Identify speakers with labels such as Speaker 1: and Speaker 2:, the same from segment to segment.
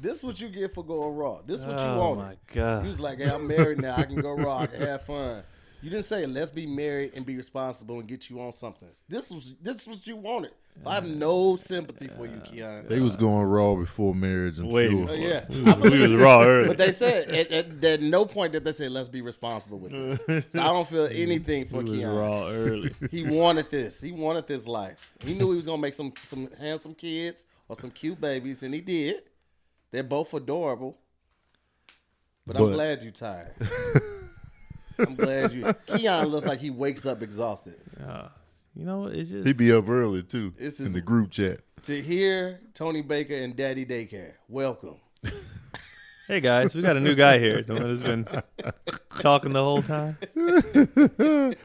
Speaker 1: This what you get for going raw. This what you
Speaker 2: Oh,
Speaker 1: wanted.
Speaker 2: my God.
Speaker 1: You was like, hey, I'm married now. I can go raw. I can have fun. You didn't say let's be married and be responsible and get you on something. This was this was you wanted. I have no sympathy for you, Keon.
Speaker 3: They was going raw before marriage. I'm
Speaker 2: Uh, Wait.
Speaker 3: sure.
Speaker 1: Uh, yeah,
Speaker 2: We was, we was raw early.
Speaker 1: but they said at, at, at no point did they say let's be responsible with this. So I don't feel anything for
Speaker 2: we was
Speaker 1: Keon.
Speaker 2: raw early.
Speaker 1: He wanted this. He wanted this life. He knew he was gonna make some some handsome kids or some cute babies, and he did. They're both adorable. But, I'm
Speaker 3: But-
Speaker 1: glad you tired. I'm glad you. Keon looks like he wakes up exhausted.
Speaker 2: Uh, you know, it's just
Speaker 3: He be up early too
Speaker 1: This is-
Speaker 3: in the group chat.
Speaker 1: To hear Tony Baker and Daddy Daycare, welcome.
Speaker 2: hey guys, we got a new guy here. The one who's been talking the whole time.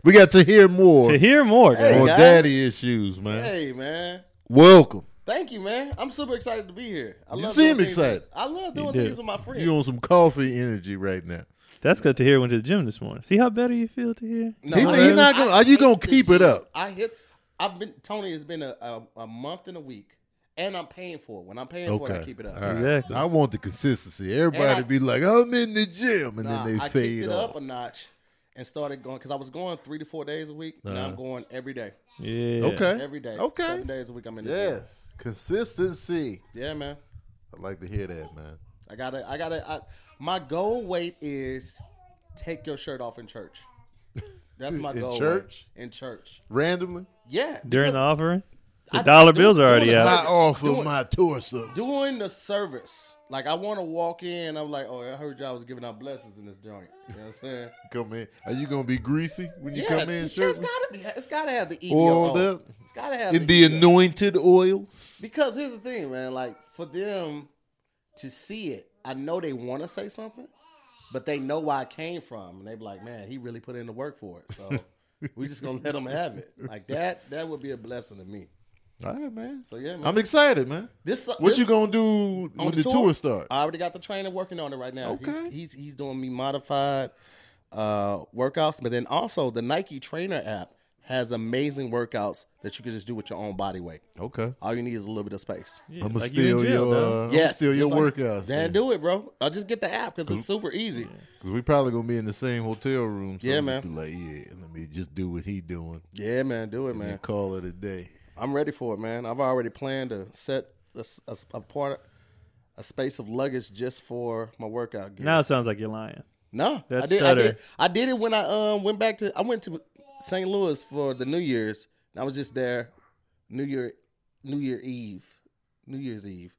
Speaker 3: We got to hear more
Speaker 2: To hear more, guys.
Speaker 1: Hey,
Speaker 3: on
Speaker 1: guys.
Speaker 3: daddy issues, man.
Speaker 1: Hey man,
Speaker 3: Welcome.
Speaker 1: thank you, man. I'm super excited to be here. I
Speaker 3: You
Speaker 1: love doing
Speaker 3: seem
Speaker 1: things-
Speaker 3: excited.
Speaker 1: I love doing
Speaker 2: do.
Speaker 1: things with my friends.
Speaker 3: You on some coffee energy right now?
Speaker 2: That's because to hear went to the gym this morning. See how better you feel to hear?
Speaker 1: No,
Speaker 3: He- he
Speaker 1: I-
Speaker 3: not gonna-
Speaker 1: I
Speaker 3: are you
Speaker 1: hit
Speaker 3: gonna
Speaker 1: the
Speaker 3: keep it
Speaker 1: gym.
Speaker 3: up?
Speaker 1: I hit. I've been Tony. It's been a, a, a month and a week, and I'm paying for it. When I'm paying for it, I
Speaker 3: Okay,
Speaker 1: keep it up.
Speaker 3: All right.
Speaker 2: Exactly.
Speaker 3: I want the consistency. Everybody
Speaker 1: I-
Speaker 3: be like, I'm in the gym, and
Speaker 1: Nah,
Speaker 3: then they
Speaker 1: I
Speaker 3: fade
Speaker 1: kicked it
Speaker 3: off.
Speaker 1: up a notch and started going because I was going three to four days a week. Now I'm going every day,
Speaker 2: Yeah.
Speaker 3: Uh-huh. Okay.
Speaker 1: every day.
Speaker 3: Okay.
Speaker 1: seven days a week. I'm in. The gym.
Speaker 3: Yes, consistency.
Speaker 1: yeah, man.
Speaker 3: I like to hear that, man.
Speaker 1: I gotta, I gotta. I, my goal weight is take your shirt off in church. That's my
Speaker 3: In
Speaker 1: goal. weight.
Speaker 3: church?
Speaker 1: In church,
Speaker 3: Randomly,
Speaker 1: yeah.
Speaker 2: During
Speaker 1: because
Speaker 2: the offering, the
Speaker 1: I-
Speaker 2: dollar
Speaker 1: doing-
Speaker 2: bills are already
Speaker 1: doing
Speaker 2: out.
Speaker 1: a-
Speaker 3: not off
Speaker 1: Do it.
Speaker 3: of my torso.
Speaker 1: doing the service. Like I want to walk in. I'm like, oh, I heard y'all was giving out blessings in this joint. You know what I'm saying?
Speaker 3: Come in. Are you gonna be greasy when you
Speaker 1: yeah,
Speaker 3: come in?
Speaker 1: the shirt's
Speaker 3: shirtless?
Speaker 1: gotta be. It's gotta have the EVO.
Speaker 3: Oiled
Speaker 1: on.
Speaker 3: up.
Speaker 1: It's gotta have
Speaker 3: in the
Speaker 1: EVO.
Speaker 3: anointed oils.
Speaker 1: Because here's the thing, man. Like for them to see it, I know they want to say something, but they know where I came from, and they be like, man, he really put in the work for it. So we just gonna let him have it. Like that. That would be a blessing to me.
Speaker 3: All right, man.
Speaker 1: So yeah, man.
Speaker 3: I'm excited, man.
Speaker 1: this
Speaker 3: What
Speaker 1: this-
Speaker 3: you gonna do
Speaker 1: on Uh,
Speaker 3: when the, tour, starts?
Speaker 1: I already got the trainer working on it right now.
Speaker 3: Okay.
Speaker 1: He's, he's he's doing me modified uh, workouts, but then also the Nike Trainer app has amazing workouts that you can just do with your own body weight.
Speaker 3: Okay.
Speaker 1: All you need is a little bit of space.
Speaker 2: Yeah,
Speaker 3: I'm gonna
Speaker 2: like you in
Speaker 3: steal
Speaker 2: jail,
Speaker 3: your,
Speaker 2: dog.
Speaker 3: uh, I'ma
Speaker 1: Yes,
Speaker 3: steal your
Speaker 1: just like-
Speaker 3: workouts.
Speaker 1: Then
Speaker 3: Then
Speaker 1: do it, bro. I'll just get the app because it's super easy.
Speaker 3: Cause we probably gonna be in the same hotel room. So
Speaker 1: Yeah,
Speaker 3: yeah,
Speaker 1: man.
Speaker 3: man. Be like, yeah, let me just do what he doing
Speaker 1: Yeah, man, do it, man.
Speaker 3: and call it a day.
Speaker 1: I'm ready for it, man. I've already planned to set a, s- a s- a part a space of luggage just for my workout gear.
Speaker 2: Now it sounds like you're lying.
Speaker 1: No,
Speaker 2: That's
Speaker 1: I did. I did.
Speaker 2: stutter.
Speaker 1: I did it when I um went back to. I went to St. Louis for the New Year's, and I was just there, New Year, New Year Eve, New Year's Eve.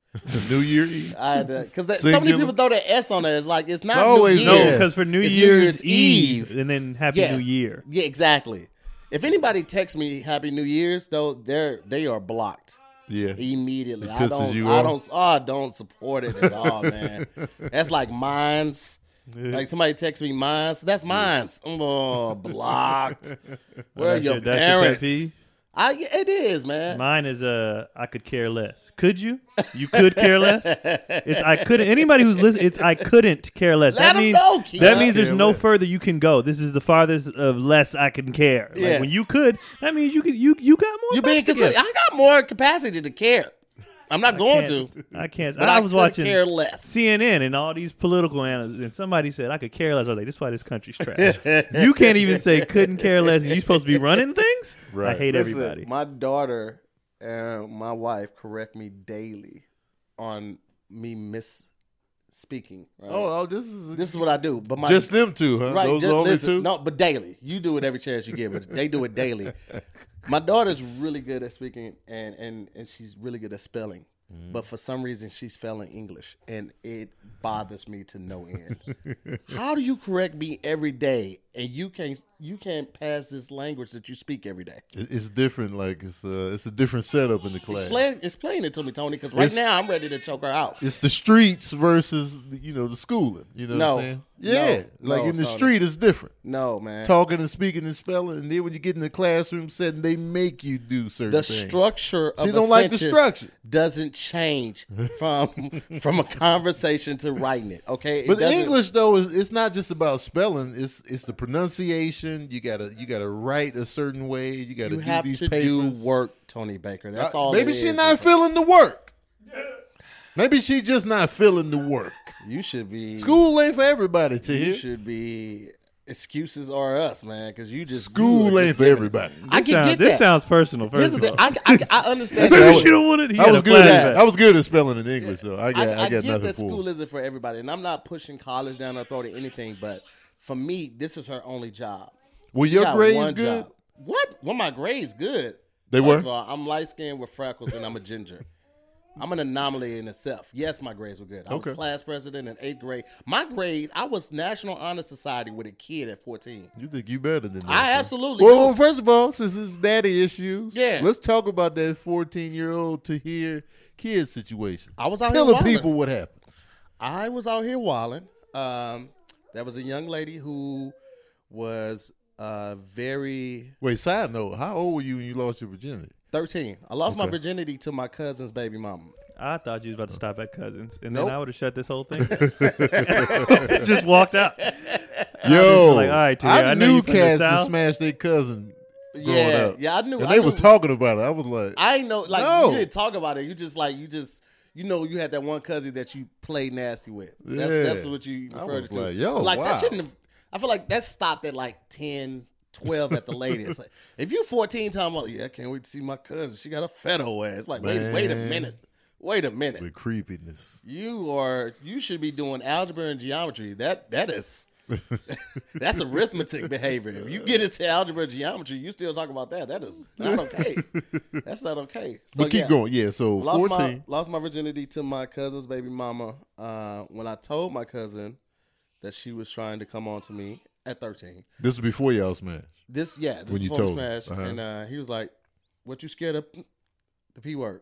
Speaker 3: New Year Eve.
Speaker 1: I had because so many
Speaker 3: Singular.
Speaker 1: people throw that S on there. It's like it's not
Speaker 3: always
Speaker 1: New
Speaker 2: No,
Speaker 3: Yes.
Speaker 1: Year's.
Speaker 2: because for New
Speaker 1: It's
Speaker 2: Year's, Eve, and then Happy
Speaker 1: Yeah.
Speaker 2: New Year.
Speaker 1: Yeah, exactly. If anybody texts me Happy New Year's, though, they're they are blocked
Speaker 3: Yeah.
Speaker 1: immediately.
Speaker 3: It
Speaker 1: I
Speaker 3: pisses
Speaker 1: don't.
Speaker 3: you
Speaker 1: I
Speaker 3: off?
Speaker 1: don't. oh, I don't support it at all, man. That's like mines. Like somebody texts me mines. That's mines. Oh, blocked. Where are
Speaker 2: That's
Speaker 1: your
Speaker 2: that's your pet
Speaker 1: parents?
Speaker 2: peeve?
Speaker 1: I. It is, man.
Speaker 2: Mine is uh, I could care less. Could you? You could care less. It's I couldn't. Anybody who's listening, it's I couldn't care less.
Speaker 1: Let
Speaker 2: that
Speaker 1: 'em
Speaker 2: means
Speaker 1: know, Keith.
Speaker 2: that means there's
Speaker 3: Care
Speaker 2: no
Speaker 3: less.
Speaker 2: further you can go. This is the farthest of less I can care. Like,
Speaker 1: Yes.
Speaker 2: When you could, that means you could. You you got more.
Speaker 1: you being
Speaker 2: facts to
Speaker 1: considered.
Speaker 2: give.
Speaker 1: I got more capacity to care. I'm not going to.
Speaker 2: Can't- I can't.
Speaker 1: But
Speaker 2: I
Speaker 1: I
Speaker 2: was
Speaker 1: could
Speaker 2: watching
Speaker 1: care less.
Speaker 2: CNN and all these political analysts, and somebody said I could care less. I was like, "This is why this country's trash." you can't even say couldn't care less. and You supposed to be running things. I
Speaker 3: Right.
Speaker 2: hate
Speaker 1: Listen,
Speaker 2: everybody.
Speaker 1: My daughter and my wife correct me daily on me misspeaking. Right?
Speaker 3: Oh, oh, this is
Speaker 1: this is what I do. But my
Speaker 3: just them two, huh?
Speaker 1: right,
Speaker 3: Those
Speaker 1: just
Speaker 3: are only
Speaker 1: listen,
Speaker 3: two.
Speaker 1: No, but daily. You do it every chance you get, but they do it daily. My daughter's really good at speaking, and and and she's really good at spelling. But for some reason, she's failing English, and it bothers me to no end. How do you correct me every day, and you can't you can't pass this language that you speak every day?
Speaker 3: It- It's different. Like it's a it's a different setup in the class.
Speaker 1: Explain, explain it to me, Tony, because right
Speaker 3: It's-
Speaker 1: now I'm ready to choke her out.
Speaker 3: it's the streets versus the, you know the schooling. You know
Speaker 1: No.
Speaker 3: what I'm saying?
Speaker 1: No.
Speaker 3: Yeah,
Speaker 1: No,
Speaker 3: like in the
Speaker 1: Tony.
Speaker 3: street, it's different.
Speaker 1: No, man.
Speaker 3: Talking and speaking and spelling, and then when you get in the classroom setting, they make you do certain
Speaker 1: the
Speaker 3: things.
Speaker 1: structure of
Speaker 3: She
Speaker 1: a
Speaker 3: don't like the
Speaker 1: sentence
Speaker 3: structure.
Speaker 1: doesn't change from from a conversation to writing it. Okay, It
Speaker 3: but
Speaker 1: doesn't-
Speaker 3: English though is it's not just about spelling. It's it's the pronunciation. You gotta you gotta write a certain way. You gotta
Speaker 1: you
Speaker 3: do
Speaker 1: have
Speaker 3: these
Speaker 1: to
Speaker 3: papers.
Speaker 1: do work, Tony Baker. That's
Speaker 3: I-
Speaker 1: all.
Speaker 3: Maybe
Speaker 1: it
Speaker 3: she
Speaker 1: is.
Speaker 3: not feeling the work. Maybe she just not feeling the work.
Speaker 1: You should be
Speaker 3: School ain't for everybody, to
Speaker 1: Mm. You
Speaker 3: you.
Speaker 1: should be excuses are us, man, because you just you are
Speaker 3: School
Speaker 1: just
Speaker 3: ain't for
Speaker 1: giving-
Speaker 3: everybody.
Speaker 1: I
Speaker 2: This
Speaker 1: can
Speaker 2: sounds-
Speaker 1: get
Speaker 2: This
Speaker 1: that.
Speaker 2: sounds personal.
Speaker 1: Here's
Speaker 2: First
Speaker 1: the thing.
Speaker 2: of all,
Speaker 1: I, I, I understand.
Speaker 3: Maybe
Speaker 1: that.
Speaker 2: she don't want it. He
Speaker 3: I
Speaker 2: had
Speaker 3: was
Speaker 2: a
Speaker 3: good
Speaker 2: flashback.
Speaker 3: at I was good at spelling in English though. I got
Speaker 1: I,
Speaker 3: I,
Speaker 1: I
Speaker 3: got
Speaker 1: get
Speaker 3: nothing
Speaker 1: that
Speaker 3: for.
Speaker 1: school
Speaker 3: it.
Speaker 1: isn't for everybody, and I'm not pushing college down her throat or anything. But for me, this is her only job.
Speaker 3: Were
Speaker 1: She
Speaker 3: your
Speaker 1: got
Speaker 3: grades
Speaker 1: one
Speaker 3: good?
Speaker 1: job. What? Well, my grades good.
Speaker 3: They
Speaker 1: First
Speaker 3: were?
Speaker 1: Of all, I'm light skinned with freckles, and I'm a ginger. I'm an anomaly in itself. Yes, my grades were good. I
Speaker 3: Okay.
Speaker 1: was class president in eighth grade. My grades, I was National Honor Society with a kid at 14.
Speaker 3: You think you better than that?
Speaker 1: I
Speaker 3: huh?
Speaker 1: absolutely
Speaker 3: Well, well, first of all, since it's daddy issues,
Speaker 1: Yeah.
Speaker 3: let's talk about that fourteen-year-old to hear kid situation.
Speaker 1: I was out
Speaker 3: Tell
Speaker 1: here
Speaker 3: the
Speaker 1: wilding.
Speaker 3: people what happened.
Speaker 1: I was out here wilding. Um, there was a young lady who was uh, very
Speaker 3: Wait, side note: How old were you when you lost your virginity?
Speaker 1: 13. I lost my
Speaker 3: Okay.
Speaker 1: virginity to my cousin's baby mama.
Speaker 2: I thought you was about to stop at cousins, and
Speaker 1: Nope.
Speaker 2: then I would have shut this whole thing. down. Just walked out.
Speaker 3: Yo,
Speaker 2: like, all right, Terry,
Speaker 3: I,
Speaker 2: I know
Speaker 3: knew
Speaker 2: you from the
Speaker 3: cats that
Speaker 2: South.
Speaker 3: smashed their cousin growing
Speaker 1: yeah,
Speaker 3: up.
Speaker 1: yeah, I knew.
Speaker 3: and
Speaker 1: I
Speaker 3: they
Speaker 1: knew,
Speaker 3: was talking about it. I was like,
Speaker 1: I ain't know, like
Speaker 3: No.
Speaker 1: you didn't talk about it. You just like you just you know you had that one cousin that you played nasty with. That's,
Speaker 3: Yeah.
Speaker 1: that's what you
Speaker 3: I
Speaker 1: referred
Speaker 3: was
Speaker 1: to.
Speaker 3: like, yo,
Speaker 1: like
Speaker 3: wow.
Speaker 1: that shouldn't. Have, I feel like that stopped at like 10, 12 at the latest. like, if you fourteen, time, well, yeah, I can't wait to see my cousin. She got a federal ass. Like, wait, wait a
Speaker 3: Man.
Speaker 1: minute, wait a minute.
Speaker 3: the creepiness.
Speaker 1: You are you should be doing algebra and geometry. That that is that's arithmetic behavior. If you get into algebra and geometry, you still talk about that. That is not okay. That's not okay. So
Speaker 3: but keep
Speaker 1: yeah,
Speaker 3: going. Yeah, so
Speaker 1: Lost my
Speaker 3: fourteen.
Speaker 1: lost my virginity to my cousin's baby mama. Uh, when I told my cousin that she was trying to come on to me at thirteen.
Speaker 3: This is before y'all smashed.
Speaker 1: This yeah, this
Speaker 3: When you
Speaker 1: before we
Speaker 3: told him.
Speaker 1: smashed,
Speaker 3: Uh-huh.
Speaker 1: and uh, he was like, "What you scared of? The p word."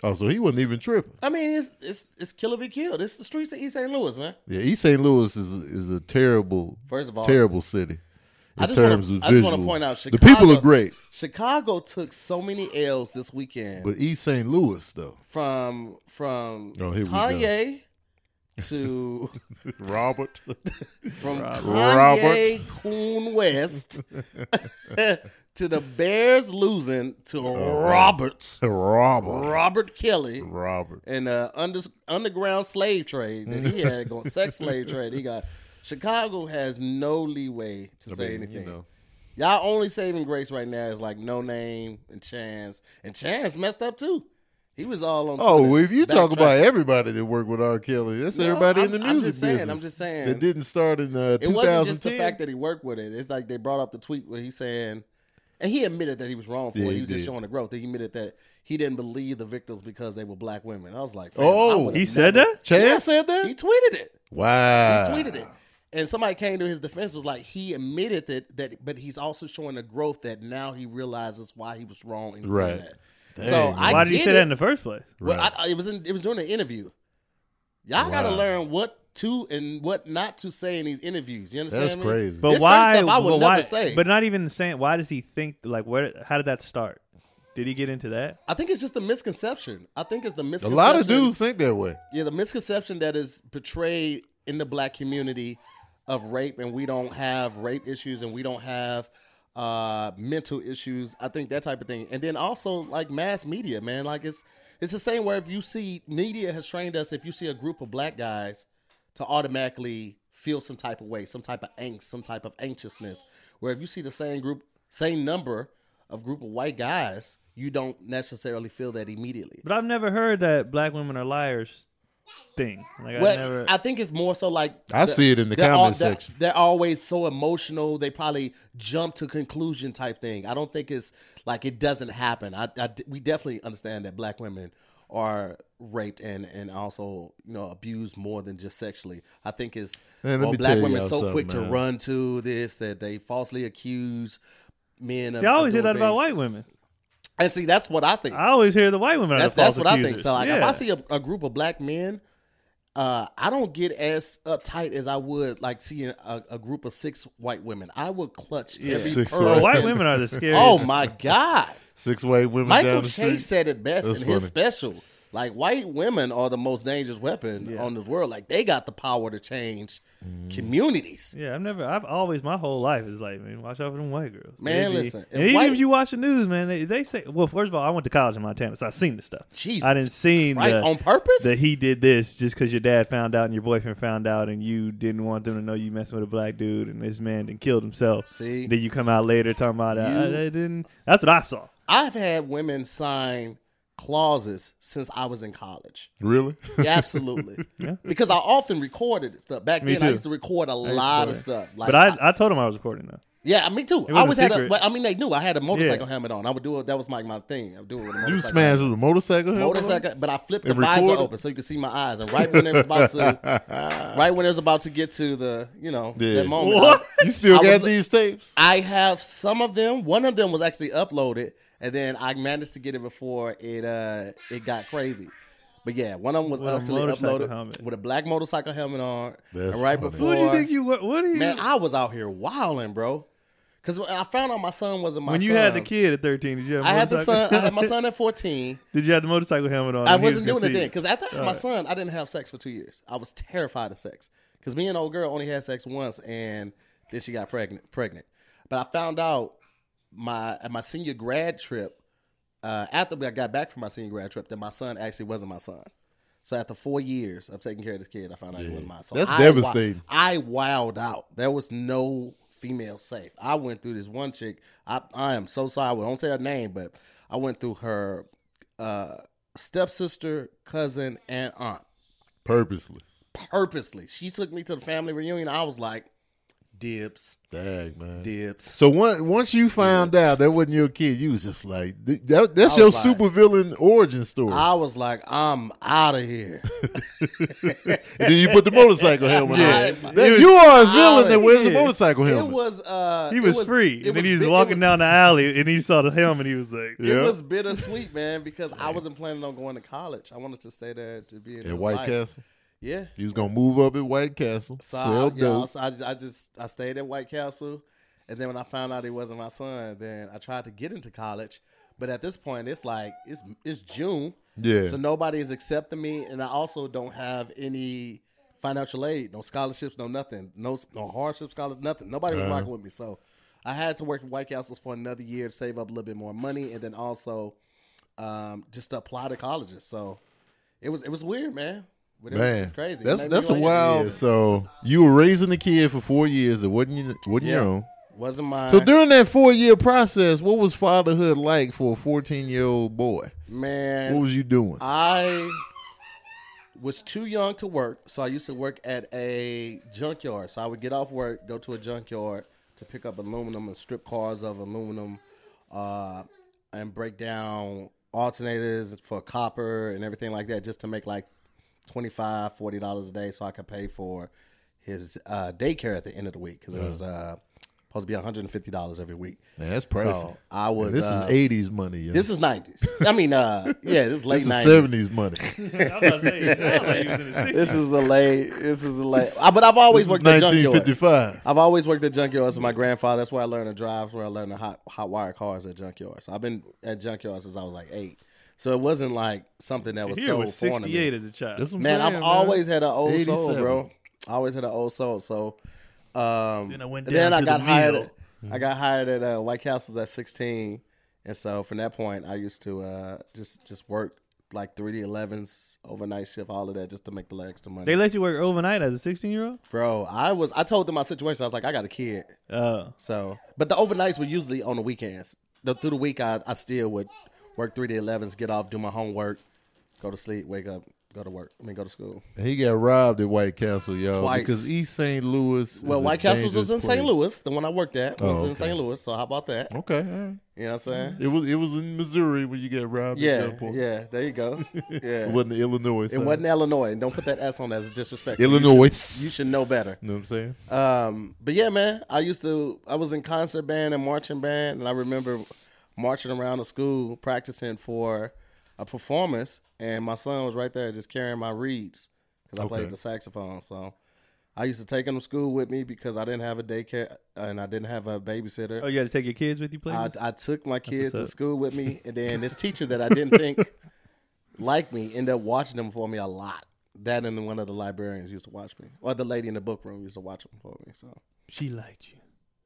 Speaker 3: Oh, so he wasn't even tripping.
Speaker 1: I mean, it's it's it's kill or be killed. It's the streets of East St. Louis, man.
Speaker 3: Yeah, East St. Louis is is a terrible,
Speaker 1: First of all,
Speaker 3: terrible city
Speaker 1: I
Speaker 3: in
Speaker 1: just wanna-
Speaker 3: terms of
Speaker 1: I just wanna
Speaker 3: visual.
Speaker 1: point out
Speaker 3: the people
Speaker 1: Chicago-
Speaker 3: are great,
Speaker 1: Chicago took so many L's this weekend
Speaker 3: but East St. Louis though.
Speaker 1: from from
Speaker 3: Oh, here we go.
Speaker 1: Kanye to
Speaker 3: Robert,
Speaker 1: from
Speaker 2: Robert.
Speaker 1: Kanye Coon West to the Bears losing to
Speaker 3: Uh-huh.
Speaker 1: Robert
Speaker 3: Robert,
Speaker 1: Robert Kelly
Speaker 3: Robert.
Speaker 1: and uh, under, underground slave trade that he had going sex slave trade he got. Chicago has no leeway to say
Speaker 3: mean, you
Speaker 1: anything.
Speaker 3: know.
Speaker 1: Y'all only saving grace right now is like no name and Chance, and Chance messed up too. He was all on.
Speaker 3: Oh,
Speaker 1: Twitter
Speaker 3: well, if you talk
Speaker 1: backtracking.
Speaker 3: about everybody that worked with R. Kelly, that's
Speaker 1: No,
Speaker 3: everybody in the
Speaker 1: I'm-
Speaker 3: music
Speaker 1: I'm just saying,
Speaker 3: business.
Speaker 1: I'm just saying.
Speaker 3: that didn't start in uh,
Speaker 1: it wasn't just the
Speaker 3: 2010.
Speaker 1: fact that he worked with it. It's like they brought up the tweet where he's saying, and he admitted that he was wrong for
Speaker 3: Yeah,
Speaker 1: it.
Speaker 3: he
Speaker 1: He was just
Speaker 3: did.
Speaker 1: showing the growth. He admitted that he didn't believe the victims because they were black women. I was like, fam, I
Speaker 3: Oh,
Speaker 1: would've
Speaker 2: He said Ah.
Speaker 1: never-
Speaker 2: that.
Speaker 3: Chance
Speaker 1: Yeah,
Speaker 3: said that.
Speaker 1: He tweeted it. He
Speaker 3: wow,
Speaker 1: tweeted it. And somebody came to his defense was like he admitted that that, but he's also showing the growth that now he realizes why he was wrong in
Speaker 3: Right.
Speaker 1: saying that.
Speaker 3: Dang.
Speaker 1: so I
Speaker 2: Why did you
Speaker 1: get
Speaker 2: say
Speaker 1: it.
Speaker 2: that in the first place?
Speaker 1: Well,
Speaker 3: Right.
Speaker 1: I, I, it was in, it was during an interview. Y'all gotta
Speaker 3: Wow.
Speaker 1: learn what to and what not to say in these interviews. You understand?
Speaker 3: That's
Speaker 1: me?
Speaker 3: crazy.
Speaker 2: But
Speaker 1: There's certain
Speaker 2: why?
Speaker 1: stuff I would
Speaker 2: but
Speaker 1: never
Speaker 2: why?
Speaker 1: say.
Speaker 2: But not even saying. Why does he think? Like, where? How did that start? Did he get into that?
Speaker 1: I think it's just a misconception. I think it's the
Speaker 3: a
Speaker 1: misconception.
Speaker 3: lot of dudes think that way.
Speaker 1: Yeah, the misconception that is portrayed in the black community of rape, and we don't have rape issues, and we don't have uh, mental issues. I think that type of thing, and then also like mass media, man. Like it's it's the same where if you see media has trained us, if you see a group of black guys to automatically feel some type of way, some type of angst, some type of anxiousness. Where if you see the same group, same number of group of white guys, you don't necessarily feel that immediately.
Speaker 2: But I've never heard that black women are liars thing. Like,
Speaker 1: Well,
Speaker 2: I never.
Speaker 1: I think it's more so like
Speaker 3: I see it in the
Speaker 1: they're
Speaker 3: comment
Speaker 1: they're-
Speaker 3: section.
Speaker 1: They're, always so emotional. They probably jump to conclusion type thing. I don't think it's like it doesn't happen. I, I d- we definitely understand that black women are raped and and also you know abused more than just sexually. I think it's
Speaker 3: Man, let
Speaker 1: well,
Speaker 3: me
Speaker 1: black
Speaker 3: tell
Speaker 1: women
Speaker 3: y'all
Speaker 1: so
Speaker 3: something,
Speaker 1: quick
Speaker 3: man.
Speaker 1: to run to this that they falsely accuse men. of
Speaker 2: See, I always hear
Speaker 1: of doing
Speaker 2: that about
Speaker 1: things.
Speaker 2: white women.
Speaker 1: And see, that's what I think.
Speaker 2: I always hear the white women are
Speaker 1: That-
Speaker 2: the false
Speaker 1: that's what I think.
Speaker 2: accusers.
Speaker 1: So like, if
Speaker 2: Yeah.
Speaker 1: I see a, a group of black men, uh, I don't get as uptight as I would like seeing a, a group of six white women. I would clutch every
Speaker 3: Six
Speaker 1: pearl.
Speaker 2: Well, white women are the scariest.
Speaker 1: Oh my god!
Speaker 3: Six white women down
Speaker 1: Michael
Speaker 3: the
Speaker 1: Chase
Speaker 3: street.
Speaker 1: said it best
Speaker 3: That's
Speaker 1: in his
Speaker 3: funny.
Speaker 1: special. Like white women are the most dangerous weapon
Speaker 2: Yeah.
Speaker 1: on this world. Like they got the power to change
Speaker 3: Mm-hmm.
Speaker 1: communities.
Speaker 2: Yeah, I've never. I've always my whole life is like, man, watch out for them white girls.
Speaker 1: Man,
Speaker 2: They be-
Speaker 1: listen, if
Speaker 2: And even
Speaker 1: white-
Speaker 2: if you watch the news, man, they, they say. Well, first of all, I went to college in Montana, so I seen the stuff.
Speaker 1: Jesus
Speaker 2: I didn't seen
Speaker 1: Right?
Speaker 2: the,
Speaker 1: on purpose?
Speaker 2: that he did this just because your dad found out and your boyfriend found out and you didn't want them to know you messing with a black dude and this man then killed himself.
Speaker 1: See?
Speaker 2: Then you come out later talking about I, I
Speaker 1: You-
Speaker 2: didn't. That's what I saw.
Speaker 1: I've had women sign clauses since I was in college.
Speaker 3: Really?
Speaker 1: Yeah, absolutely.
Speaker 2: Yeah.
Speaker 1: Because I often recorded stuff. Back
Speaker 2: Me
Speaker 1: then, I
Speaker 2: too.
Speaker 1: used to record a
Speaker 2: used to
Speaker 1: lot of
Speaker 2: record.
Speaker 1: stuff. Like,
Speaker 2: But I, I told him I was recording though.
Speaker 1: yeah, me too.
Speaker 2: It
Speaker 1: I always
Speaker 2: wasn't
Speaker 1: had a,
Speaker 2: secret.
Speaker 1: but I mean, they knew I had a motorcycle
Speaker 2: Yeah.
Speaker 1: helmet on. I would do it. That was like my thing. I would do it with a motorcycle.
Speaker 3: You
Speaker 1: helmet.
Speaker 3: smashed with a motorcycle? helmet on?
Speaker 1: motorcycle, but I flipped the
Speaker 3: And
Speaker 1: visor
Speaker 3: recorded?
Speaker 1: open so you could see my eyes. And right when it was about to, right when it was about to get to the, you know,
Speaker 3: Yeah.
Speaker 1: that moment,
Speaker 2: What?
Speaker 3: You still
Speaker 1: I
Speaker 3: got
Speaker 1: was-
Speaker 3: these tapes?
Speaker 1: I have some of them. One of them was actually uploaded, and then I managed to get it before it uh it got crazy. But yeah, one of them was
Speaker 2: With a
Speaker 1: actually
Speaker 2: motorcycle
Speaker 1: uploaded
Speaker 2: helmet.
Speaker 1: with a black motorcycle helmet on.
Speaker 3: That's
Speaker 1: and right
Speaker 3: funny.
Speaker 1: before,
Speaker 2: What do you think you? What, what do you?
Speaker 1: man, I was out here wilding, bro. Because I found out my son wasn't my
Speaker 2: when you
Speaker 1: son.
Speaker 2: had the kid at thirteen, did you have? a
Speaker 1: I had the
Speaker 2: motorcycle
Speaker 1: son. I had my
Speaker 2: helmet?
Speaker 1: son at fourteen.
Speaker 2: Did you have the motorcycle helmet on?
Speaker 1: I
Speaker 2: and he was
Speaker 1: wasn't doing
Speaker 2: gonna
Speaker 1: it
Speaker 2: see
Speaker 1: then
Speaker 2: you?
Speaker 1: because after I had my son, I didn't have sex for two years. I was terrified of sex because me and old girl only had sex once, and then she got pregnant. Pregnant, but I found out my at my senior grad trip uh, after I got back from my senior grad trip that my son actually wasn't my son. So after four years of taking care of this kid, I found out he wasn't my son.
Speaker 3: That's
Speaker 1: I
Speaker 3: devastating.
Speaker 1: wi- I wowed out. There was no female safe. I went through this one chick. I I am so sorry. I won't say her name, but I went through her uh, stepsister, cousin, and aunt
Speaker 3: Purposely.
Speaker 1: purposely. She took me to the family reunion. I was like, dibs,
Speaker 3: Dang, man.
Speaker 1: dibs.
Speaker 3: So once once you found
Speaker 1: Yes.
Speaker 3: out that wasn't your kid, you was just like th- that, that's
Speaker 1: I
Speaker 3: your
Speaker 1: was like-
Speaker 3: supervillain origin story.
Speaker 1: I was like, I'm out of here.
Speaker 3: and then you put the motorcycle helmet
Speaker 1: Yeah.
Speaker 3: on.
Speaker 2: It was-
Speaker 3: you are a
Speaker 1: I-
Speaker 3: villain that wears the
Speaker 2: yeah.
Speaker 3: motorcycle
Speaker 1: It
Speaker 3: helmet.
Speaker 1: was uh
Speaker 2: He
Speaker 1: it
Speaker 2: was, free,
Speaker 1: it
Speaker 2: and then he was
Speaker 1: bit- it
Speaker 2: walking
Speaker 1: was-
Speaker 2: down the alley, and he saw the helmet. He was like,
Speaker 1: It
Speaker 3: Yeah.
Speaker 1: was bittersweet, man, because I wasn't planning on going to college. I wanted to stay there to be in
Speaker 3: At
Speaker 1: his
Speaker 3: White
Speaker 1: life.
Speaker 3: Castle,
Speaker 1: Yeah.
Speaker 3: he was gonna move up at White Castle,
Speaker 1: So
Speaker 3: sell
Speaker 1: I, yeah, I,
Speaker 3: dope.
Speaker 1: was- I just, I just I stayed at White Castle, and then when I found out he wasn't my son, then I tried to get into college. But at this point, it's like it's it's June,
Speaker 3: Yeah.
Speaker 1: so nobody is accepting me, and I also don't have any financial aid, no scholarships, no nothing, no no hardship scholarships, nothing. Nobody
Speaker 3: Uh-huh.
Speaker 1: was rocking with me, so I had to work at White Castles for another year to save up a little bit more money, and then also um, just to apply to colleges. So it was it was weird, man. But it was-
Speaker 3: Man,
Speaker 1: it's crazy. It
Speaker 3: That's
Speaker 1: made me
Speaker 3: that's
Speaker 1: who
Speaker 3: a
Speaker 1: I am.
Speaker 3: wild. So you were raising the kid for four years. It wasn't you, wasn't your
Speaker 1: Yeah.
Speaker 3: own.
Speaker 1: Wasn't mine.
Speaker 3: So during that four year process, what was fatherhood like for a fourteen year old boy?
Speaker 1: Man,
Speaker 3: What was you doing?
Speaker 1: I was too young to work, so I used to work at a junkyard. So I would get off work, go to a junkyard to pick up aluminum and strip cars of aluminum, uh, and break down alternators for copper and everything like that, just to make like 25 40 dollars a day, so I could pay for his uh, daycare at the end of the week because it was uh, supposed to be 150 dollars every week.
Speaker 3: Man, that's pricey.
Speaker 1: So I was.
Speaker 3: this
Speaker 1: uh,
Speaker 3: is eighties money. yo.
Speaker 1: This is 90s. I mean, uh, yeah, this is late
Speaker 3: This
Speaker 1: 90s.
Speaker 3: is seventies money.
Speaker 2: I was about to say, it sounded like he was in his 60s.
Speaker 1: This is the late. This is the late. I, but I've always worked at junkyards.
Speaker 3: 1955.
Speaker 1: I've always worked at junkyards with my grandfather. That's where I learned to drive. That's where I learned to hot, hot wire cars at junkyards. So I've been at junkyards since I was like eight. So it wasn't like something that was
Speaker 2: Here
Speaker 1: so
Speaker 2: was
Speaker 1: foreign to me.
Speaker 2: 68 as a child.
Speaker 3: That's what I'm
Speaker 1: Man,
Speaker 3: saying,
Speaker 1: I've always had an old
Speaker 3: 87.
Speaker 1: soul, bro. I always had an old soul. So um,
Speaker 2: Then I went
Speaker 1: and then
Speaker 2: down
Speaker 1: I
Speaker 2: to
Speaker 1: got
Speaker 2: the
Speaker 1: hired.
Speaker 2: meal.
Speaker 1: I got hired at uh, White Castles at 16, and so from that point, I used to uh, just just work like three to 11s, overnight shift, all of that, just to make the little extra money.
Speaker 2: They let you work overnight as a 16 year old?
Speaker 1: bro, I was. I told them my situation. I was like, I got a kid,
Speaker 2: Oh.
Speaker 1: so but the overnights were usually on the weekends. The, through the week, I, I still would work three to 11s, get off, do my homework, go to sleep, wake up, go to work. I mean, go to school.
Speaker 3: He got robbed at White Castle, y'all,
Speaker 1: Twice.
Speaker 3: because East St. Louis. is
Speaker 1: Well,
Speaker 3: a
Speaker 1: White Castles was in
Speaker 3: dangerous
Speaker 1: St.
Speaker 3: place.
Speaker 1: Louis. The one I worked at was
Speaker 3: Oh,
Speaker 1: in
Speaker 3: okay.
Speaker 1: St. Louis. So how about that?
Speaker 3: Okay, all right.
Speaker 1: You know what I'm saying?
Speaker 3: it was it was in Missouri when you got robbed. at
Speaker 1: Yeah,
Speaker 3: gunpoint.
Speaker 1: yeah. There you go.
Speaker 3: It
Speaker 1: Yeah.
Speaker 3: wasn't the Illinois.
Speaker 1: It
Speaker 3: side.
Speaker 1: wasn't Illinois. And don't put that S on that. It's disrespectful. You should-
Speaker 3: Illinois.
Speaker 1: You should know better.
Speaker 3: You know what I'm saying?
Speaker 1: Um, but yeah, man, I used to. I was in concert band and marching band, and I remember marching around the school practicing for a performance, and my son was right there just carrying my reeds because I played
Speaker 3: Okay.
Speaker 1: the saxophone. So I used to take him to school with me because I didn't have a daycare and I didn't have a babysitter.
Speaker 2: Oh, you got to take your kids with you, please?
Speaker 1: I, I took my kids
Speaker 2: what's
Speaker 1: to
Speaker 2: up.
Speaker 1: school with me, and then this teacher that I didn't think like me end up watching them for me a lot. That and one of the librarians used to watch me, or the lady in the book room used to watch them for me. So
Speaker 2: She liked you.